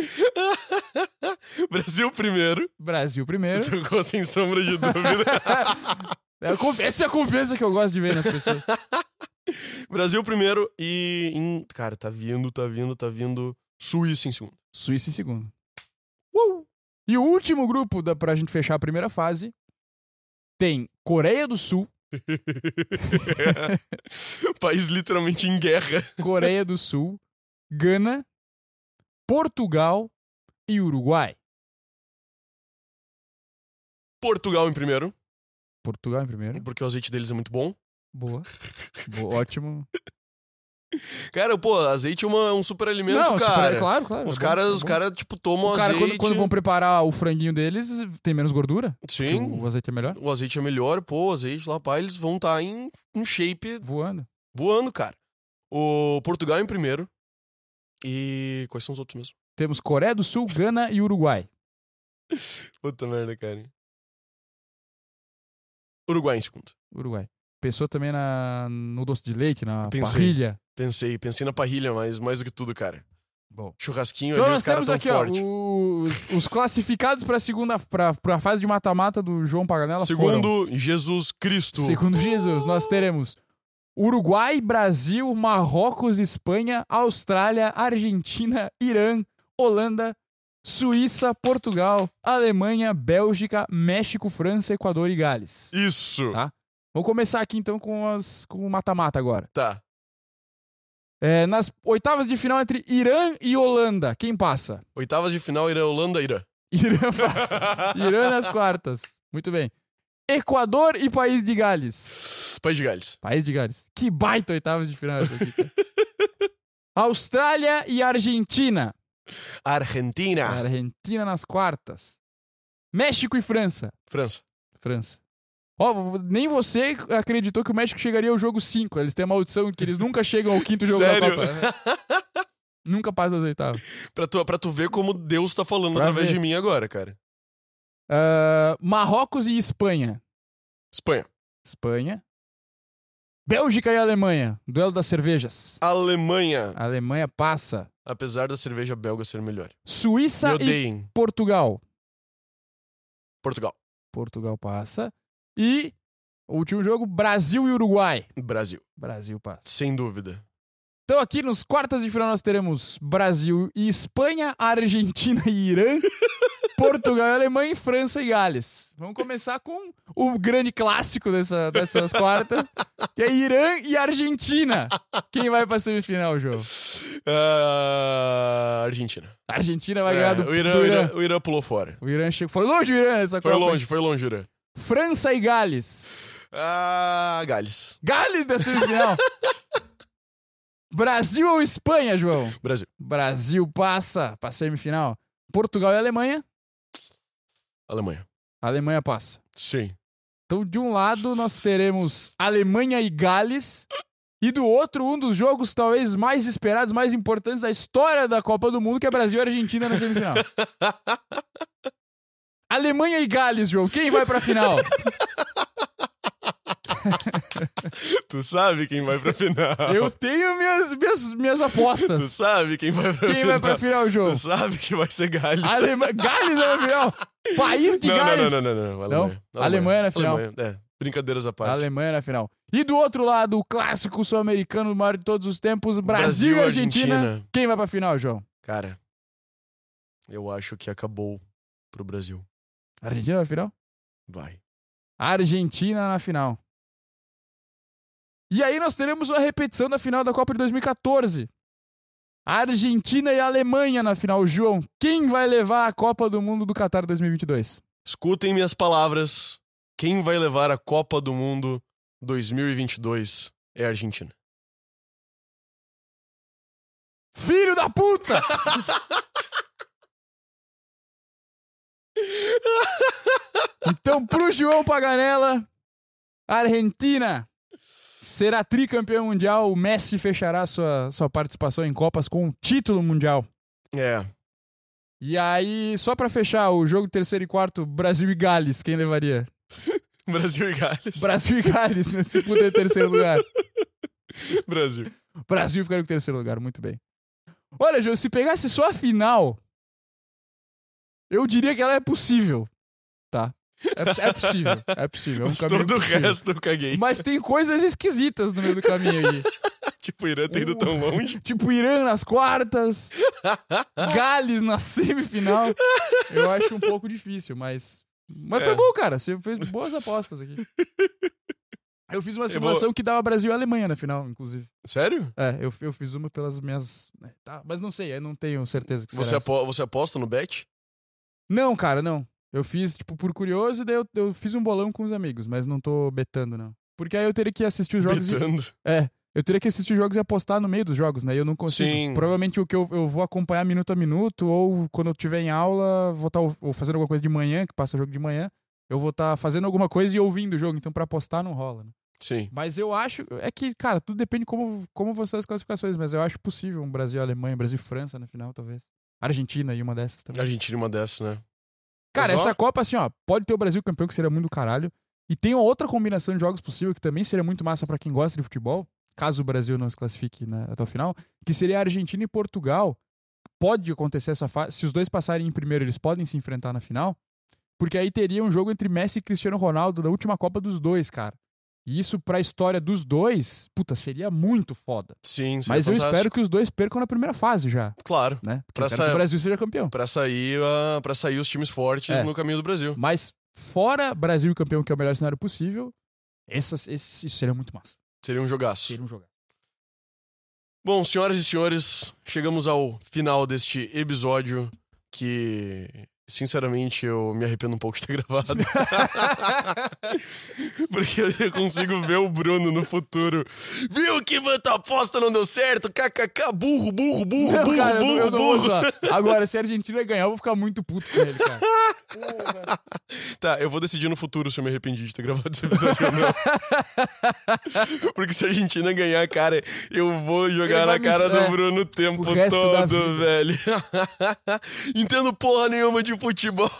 Speaker 2: Brasil primeiro,
Speaker 1: Brasil primeiro.
Speaker 2: ficou sem sombra de dúvida.
Speaker 1: É a conf- Essa é a confiança que eu gosto de ver nas pessoas.
Speaker 2: Brasil primeiro e. em- Cara, tá vindo, tá vindo, tá vindo. Suíça em segundo.
Speaker 1: Suíça em segundo. Uh! E o último grupo da, pra gente fechar a primeira fase tem Coreia do Sul,
Speaker 2: País literalmente em guerra.
Speaker 1: Coreia do Sul, Gana, Portugal e Uruguai.
Speaker 2: Portugal em primeiro,
Speaker 1: Portugal em primeiro.
Speaker 2: porque o azeite deles é muito bom.
Speaker 1: Boa. Boa, ótimo.
Speaker 2: Cara, pô, azeite é uma- um super alimento,
Speaker 1: Não,
Speaker 2: cara.
Speaker 1: super- claro, claro.
Speaker 2: Os
Speaker 1: é bom,
Speaker 2: caras,
Speaker 1: é
Speaker 2: os
Speaker 1: bom.
Speaker 2: caras, tipo,
Speaker 1: O
Speaker 2: tomam
Speaker 1: cara,
Speaker 2: azeite.
Speaker 1: quando, quando vão preparar o franguinho deles, tem menos gordura. porque
Speaker 2: Sim.
Speaker 1: O azeite é melhor.
Speaker 2: O azeite é melhor, pô, o azeite lá, pá, eles vão estar em, em shape
Speaker 1: Voando.
Speaker 2: voando, cara. O Portugal em primeiro. E quais são os outros mesmo?
Speaker 1: Temos Coreia do Sul, Gana e Uruguai.
Speaker 2: Puta merda, cara. Uruguai em segundo.
Speaker 1: Uruguai. Pensou também na, no doce de leite, na
Speaker 2: Pensei.
Speaker 1: parrilha.
Speaker 2: Pensei, pensei na parrilha, mas mais do que tudo, cara.
Speaker 1: Bom.
Speaker 2: Churrasquinho
Speaker 1: Então
Speaker 2: ali,
Speaker 1: nós
Speaker 2: os caras
Speaker 1: temos
Speaker 2: tão
Speaker 1: aqui,
Speaker 2: forte.
Speaker 1: ó, o- os classificados pra segunda pra, pra fase de mata-mata do João Paganella foram-
Speaker 2: Segundo Jesus Cristo.
Speaker 1: segundo Jesus, nós teremos Uruguai, Brasil, Marrocos, Espanha, Austrália, Argentina, Irã, Holanda, Suíça, Portugal, Alemanha, Bélgica, México, França, Equador e Gales.
Speaker 2: Isso.
Speaker 1: Tá. Vamos começar aqui então com as com o mata-mata agora.
Speaker 2: Tá.
Speaker 1: É, nas oitavas de final entre Irã e Holanda, quem passa?
Speaker 2: Oitavas de final, Irã, Holanda, Irã.
Speaker 1: Irã passa. Irã nas quartas. Muito bem. Equador e País de Gales.
Speaker 2: País de Gales.
Speaker 1: País de Gales. Que baita oitavas de final essa aqui. cara. Austrália e Argentina.
Speaker 2: Argentina.
Speaker 1: Argentina nas quartas. México e França.
Speaker 2: França.
Speaker 1: França. Ó, v- nem você acreditou que o México chegaria ao jogo 5. Eles têm a maldição que eles nunca chegam ao quinto jogo da
Speaker 2: Sério?
Speaker 1: Copa. né? nunca passa das oitavas.
Speaker 2: Pra tu, pra tu ver como Deus tá falando
Speaker 1: Pra
Speaker 2: através
Speaker 1: ver.
Speaker 2: de mim agora, cara.
Speaker 1: Ah, Marrocos e Espanha.
Speaker 2: Espanha.
Speaker 1: Espanha. Bélgica e Alemanha. Duelo das cervejas.
Speaker 2: Alemanha.
Speaker 1: A Alemanha passa.
Speaker 2: Apesar da cerveja belga ser melhor. Me
Speaker 1: Suíça e
Speaker 2: odeiem.
Speaker 1: Portugal.
Speaker 2: Portugal.
Speaker 1: Portugal passa. E o último jogo, Brasil e Uruguai.
Speaker 2: Brasil.
Speaker 1: Brasil passa.
Speaker 2: Sem dúvida.
Speaker 1: Então aqui nos quartas de final nós teremos Brasil e Espanha, Argentina e Irã, Portugal e Alemanha e França e Gales. Vamos começar com o grande clássico dessa- dessas quartas, que é Irã e Argentina. Quem vai pra semifinal, João?
Speaker 2: Ah, Argentina.
Speaker 1: A Argentina vai
Speaker 2: É,
Speaker 1: ganhar do,
Speaker 2: o, Irã,
Speaker 1: do
Speaker 2: o,
Speaker 1: Irã.
Speaker 2: Irã, o Irã pulou fora.
Speaker 1: O Irã chegou. Foi longe o Irã nessa
Speaker 2: Foi
Speaker 1: Copa. hein?
Speaker 2: longe, foi longe, Irã.
Speaker 1: França e Gales.
Speaker 2: Ah, Gales.
Speaker 1: Gales da semifinal. Brasil ou Espanha, João?
Speaker 2: Brasil.
Speaker 1: Brasil passa pra semifinal. Portugal e Alemanha.
Speaker 2: Alemanha.
Speaker 1: Alemanha passa.
Speaker 2: Sim.
Speaker 1: Então, de um lado, nós teremos Alemanha e Gales. E do outro, um dos jogos talvez mais esperados, mais importantes da história da Copa do Mundo, que é Brasil e Argentina na semifinal. Alemanha e Gales, João. Quem vai pra final?
Speaker 2: Tu sabe quem vai pra final.
Speaker 1: Eu tenho minhas, minhas, minhas
Speaker 2: Tu
Speaker 1: apostas.
Speaker 2: sabe quem vai pra
Speaker 1: Quem
Speaker 2: final.
Speaker 1: vai pra final,
Speaker 2: Tu
Speaker 1: João?
Speaker 2: sabe que vai ser Gales.
Speaker 1: Alema... Gales é na final. País de
Speaker 2: não,
Speaker 1: Gales.
Speaker 2: não, não, não, não, não. Alemanha.
Speaker 1: Não? Alemanha na final.
Speaker 2: Alemanha, É, brincadeiras à parte.
Speaker 1: Alemanha na final. E do outro lado, o clássico sul-americano o maior de todos os tempos, Brasil,
Speaker 2: Brasil
Speaker 1: e Argentina.
Speaker 2: Argentina.
Speaker 1: Quem vai pra final, João?
Speaker 2: Cara, eu acho que acabou pro Brasil.
Speaker 1: Argentina na final?
Speaker 2: Vai.
Speaker 1: Argentina na final. E aí nós teremos uma repetição da final da Copa de 2014. Argentina e Alemanha na final. João, quem vai levar a Copa do Mundo do Qatar 2022?
Speaker 2: Escutem minhas palavras. Quem vai levar a Copa do Mundo 2022 é a Argentina.
Speaker 1: Filho da puta! então, pro João Paganella, Argentina será tricampeão mundial. O Messi fechará sua, sua participação em Copas com um título mundial.
Speaker 2: É.
Speaker 1: E aí, só pra fechar, o jogo terceiro e quarto, Brasil e Gales, quem levaria?
Speaker 2: Brasil e Gales.
Speaker 1: Brasil e Gales, né? no segundo e terceiro lugar.
Speaker 2: Brasil.
Speaker 1: Brasil ficaram com o terceiro lugar, muito bem. Olha, João, se pegasse só a final, eu diria que ela é possível, tá? É, é possível, é possível. é um
Speaker 2: Mas
Speaker 1: caminho
Speaker 2: todo o
Speaker 1: possível.
Speaker 2: resto eu caguei.
Speaker 1: Mas tem coisas esquisitas no meio do caminho aí.
Speaker 2: Tipo, o Irã tem ido
Speaker 1: Uh.
Speaker 2: tão longe.
Speaker 1: Tipo, Irã nas quartas, Gales na semifinal. Eu acho um pouco difícil, mas. Mas
Speaker 2: É.
Speaker 1: foi bom, cara. Você fez boas apostas aqui. Eu fiz uma
Speaker 2: vou-
Speaker 1: simulação que dava Brasil e Alemanha na final, inclusive.
Speaker 2: Sério?
Speaker 1: É, eu, eu fiz uma pelas minhas. né, tá, mas não sei, eu não tenho certeza que será
Speaker 2: Você,
Speaker 1: essa.
Speaker 2: apo- você aposta no bet?
Speaker 1: Não, cara, não. Eu fiz, tipo, por curioso, e daí eu, eu fiz um bolão com os amigos, mas não tô betando, não. Porque aí eu teria que assistir os jogos e
Speaker 2: Betando.
Speaker 1: Eu teria que assistir jogos e apostar no meio dos jogos, né? E Eu não consigo.
Speaker 2: Sim.
Speaker 1: Provavelmente o que eu, eu vou acompanhar minuto a minuto, ou quando eu estiver em aula, vou estar ou fazendo alguma coisa de manhã, que passa jogo de manhã, eu vou estar fazendo alguma coisa e ouvindo o jogo. Então, pra apostar não rola, né?
Speaker 2: Sim.
Speaker 1: Mas eu acho. É que, cara, tudo depende como, como vão ser as classificações, mas eu acho possível um Brasil e Alemanha, Brasil e França na final, talvez. Argentina e uma dessas também.
Speaker 2: Argentina é uma dessas, né?
Speaker 1: Cara,
Speaker 2: Mas, ó,
Speaker 1: essa Copa, assim, ó, pode ter o Brasil campeão, que seria muito do caralho. E tem uma outra combinação de jogos possível, que também seria muito massa pra quem gosta de futebol, caso o Brasil não se classifique né, até o final, que seria Argentina e Portugal. Pode acontecer essa fase. Se os dois passarem em primeiro, eles podem se enfrentar na final. Porque aí teria um jogo entre Messi e Cristiano Ronaldo na última Copa dos dois, cara. E isso pra história dos dois, puta, seria muito foda.
Speaker 2: Sim, sim.
Speaker 1: Mas eu espero que os dois percam na primeira fase já,
Speaker 2: Claro.
Speaker 1: né? Porque
Speaker 2: Pra
Speaker 1: eu quero que
Speaker 2: essa-
Speaker 1: o Brasil seja campeão.
Speaker 2: Pra sair, ah, pra sair os times fortes
Speaker 1: É.
Speaker 2: no caminho do Brasil.
Speaker 1: Mas fora Brasil campeão, que é o melhor cenário possível, essas, esse, isso seria muito massa.
Speaker 2: Seria um jogaço.
Speaker 1: Seria um jogar.
Speaker 2: Bom, senhoras e senhores, chegamos ao final deste episódio que, sinceramente, eu me arrependo um pouco de ter gravado. Porque eu consigo ver o Bruno no futuro. Viu que tua aposta não deu certo? KKK, burro, burro, burro, burro,
Speaker 1: cara, eu não-
Speaker 2: burro,
Speaker 1: eu não vou
Speaker 2: burro.
Speaker 1: usar. Agora, se a Argentina ganhar, eu vou ficar muito puto com ele, cara. Porra.
Speaker 2: Tá, eu vou decidir no futuro se eu me arrependi de ter gravado esse episódio ou não. Porque se a Argentina ganhar, cara, eu vou jogar
Speaker 1: Ele vai
Speaker 2: na
Speaker 1: me-
Speaker 2: cara do
Speaker 1: é,
Speaker 2: Bruno o tempo
Speaker 1: o resto da
Speaker 2: todo, velho. Entendo porra nenhuma de futebol.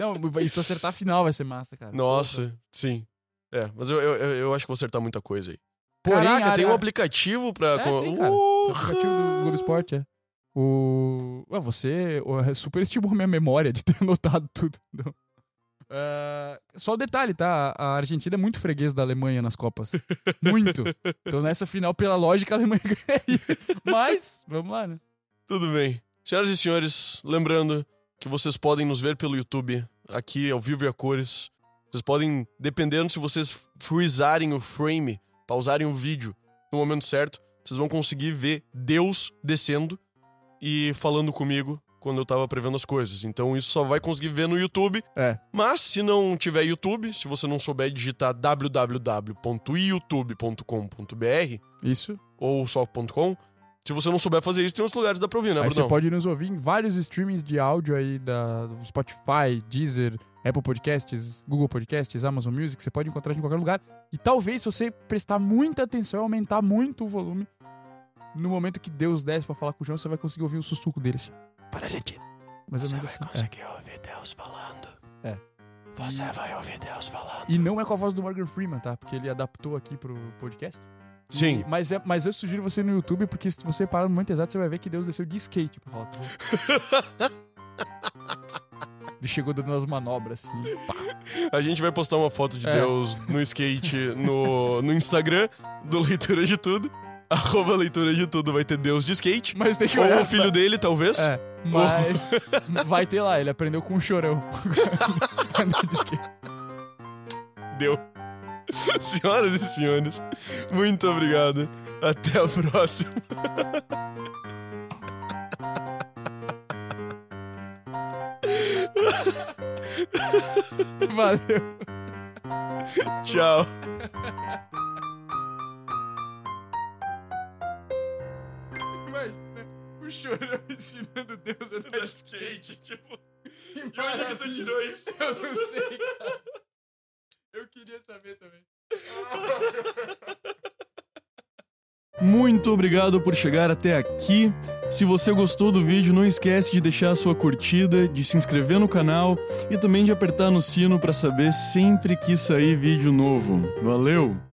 Speaker 1: Não, e se tu acertar a final vai ser massa, cara.
Speaker 2: Nossa, sim. É, mas eu, eu, eu- eu acho que vou acertar muita coisa aí.
Speaker 1: Porém,
Speaker 2: Caraca,
Speaker 1: a-
Speaker 2: tem um
Speaker 1: a-
Speaker 2: aplicativo pra...
Speaker 1: É,
Speaker 2: co-
Speaker 1: tem, cara. O aplicativo do Globo Esporte, é. O... Ué, você ué, superestimou minha memória de ter anotado tudo. Não. Ah, só o detalhe, tá? A Argentina é muito freguês da Alemanha nas Copas. Muito. Então nessa final, pela lógica, a Alemanha ganharia. Mas, vamos lá, né?
Speaker 2: Tudo bem. Senhoras e senhores, lembrando que vocês podem nos ver pelo YouTube, aqui ao vivo e a cores. Vocês podem, dependendo se vocês freezarem o frame, pausarem o vídeo no momento certo, vocês vão conseguir ver Deus descendo e falando comigo quando eu tava prevendo as coisas. Então isso só vai conseguir ver no YouTube.
Speaker 1: É.
Speaker 2: Mas se não tiver YouTube, se você não souber digitar www.youtube.com.br
Speaker 1: Isso.
Speaker 2: ou só .com, se você não souber fazer isso, tem outros lugares que dá pra ouvir, né,
Speaker 1: Aí você
Speaker 2: Brunão?
Speaker 1: pode nos ouvir em vários streamings de áudio aí da do Spotify, Deezer, Apple Podcasts, Google Podcasts, Amazon Music. Você pode encontrar a gente em qualquer lugar. E talvez, se você prestar muita atenção e aumentar muito o volume, no momento que Deus desce pra falar com o João, você vai conseguir ouvir o sussurro dele assim. Para a gente. Mais ou menos assim. É.
Speaker 2: ouvir Deus falando.
Speaker 1: É.
Speaker 2: Você vai ouvir Deus falando.
Speaker 1: E não é com a voz do Morgan Freeman, tá? Porque ele adaptou aqui pro podcast.
Speaker 2: Sim.
Speaker 1: E- mas, é, mas eu sugiro você ir no YouTube, porque se você parar no momento exato, você vai ver que Deus desceu de skate pra falar. com ele. Ele chegou dando umas manobras, assim. pá.
Speaker 2: A gente vai postar uma foto de
Speaker 1: É.
Speaker 2: Deus no skate no, no Instagram do Leitura de Tudo. Arroba Leitura de Tudo vai ter Deus de skate.
Speaker 1: Mas tem que
Speaker 2: Ou
Speaker 1: olhar.
Speaker 2: o filho dele, talvez.
Speaker 1: É, mas vai ter lá, ele aprendeu com um chorão. Andar de skate.
Speaker 2: Deu. Senhoras e senhores, muito obrigado. Até a próxima.
Speaker 1: Valeu.
Speaker 2: Tchau.
Speaker 1: Imagina o chorão ensinando Deus a andar
Speaker 2: skate, tipo.
Speaker 1: de
Speaker 2: isso?
Speaker 1: Eu não sei, cara. Eu queria saber também.
Speaker 2: Muito obrigado por chegar até aqui. Se você gostou do vídeo, não esquece de deixar a sua curtida, de se inscrever no canal e também de apertar no sino para saber sempre que sair vídeo novo. Valeu!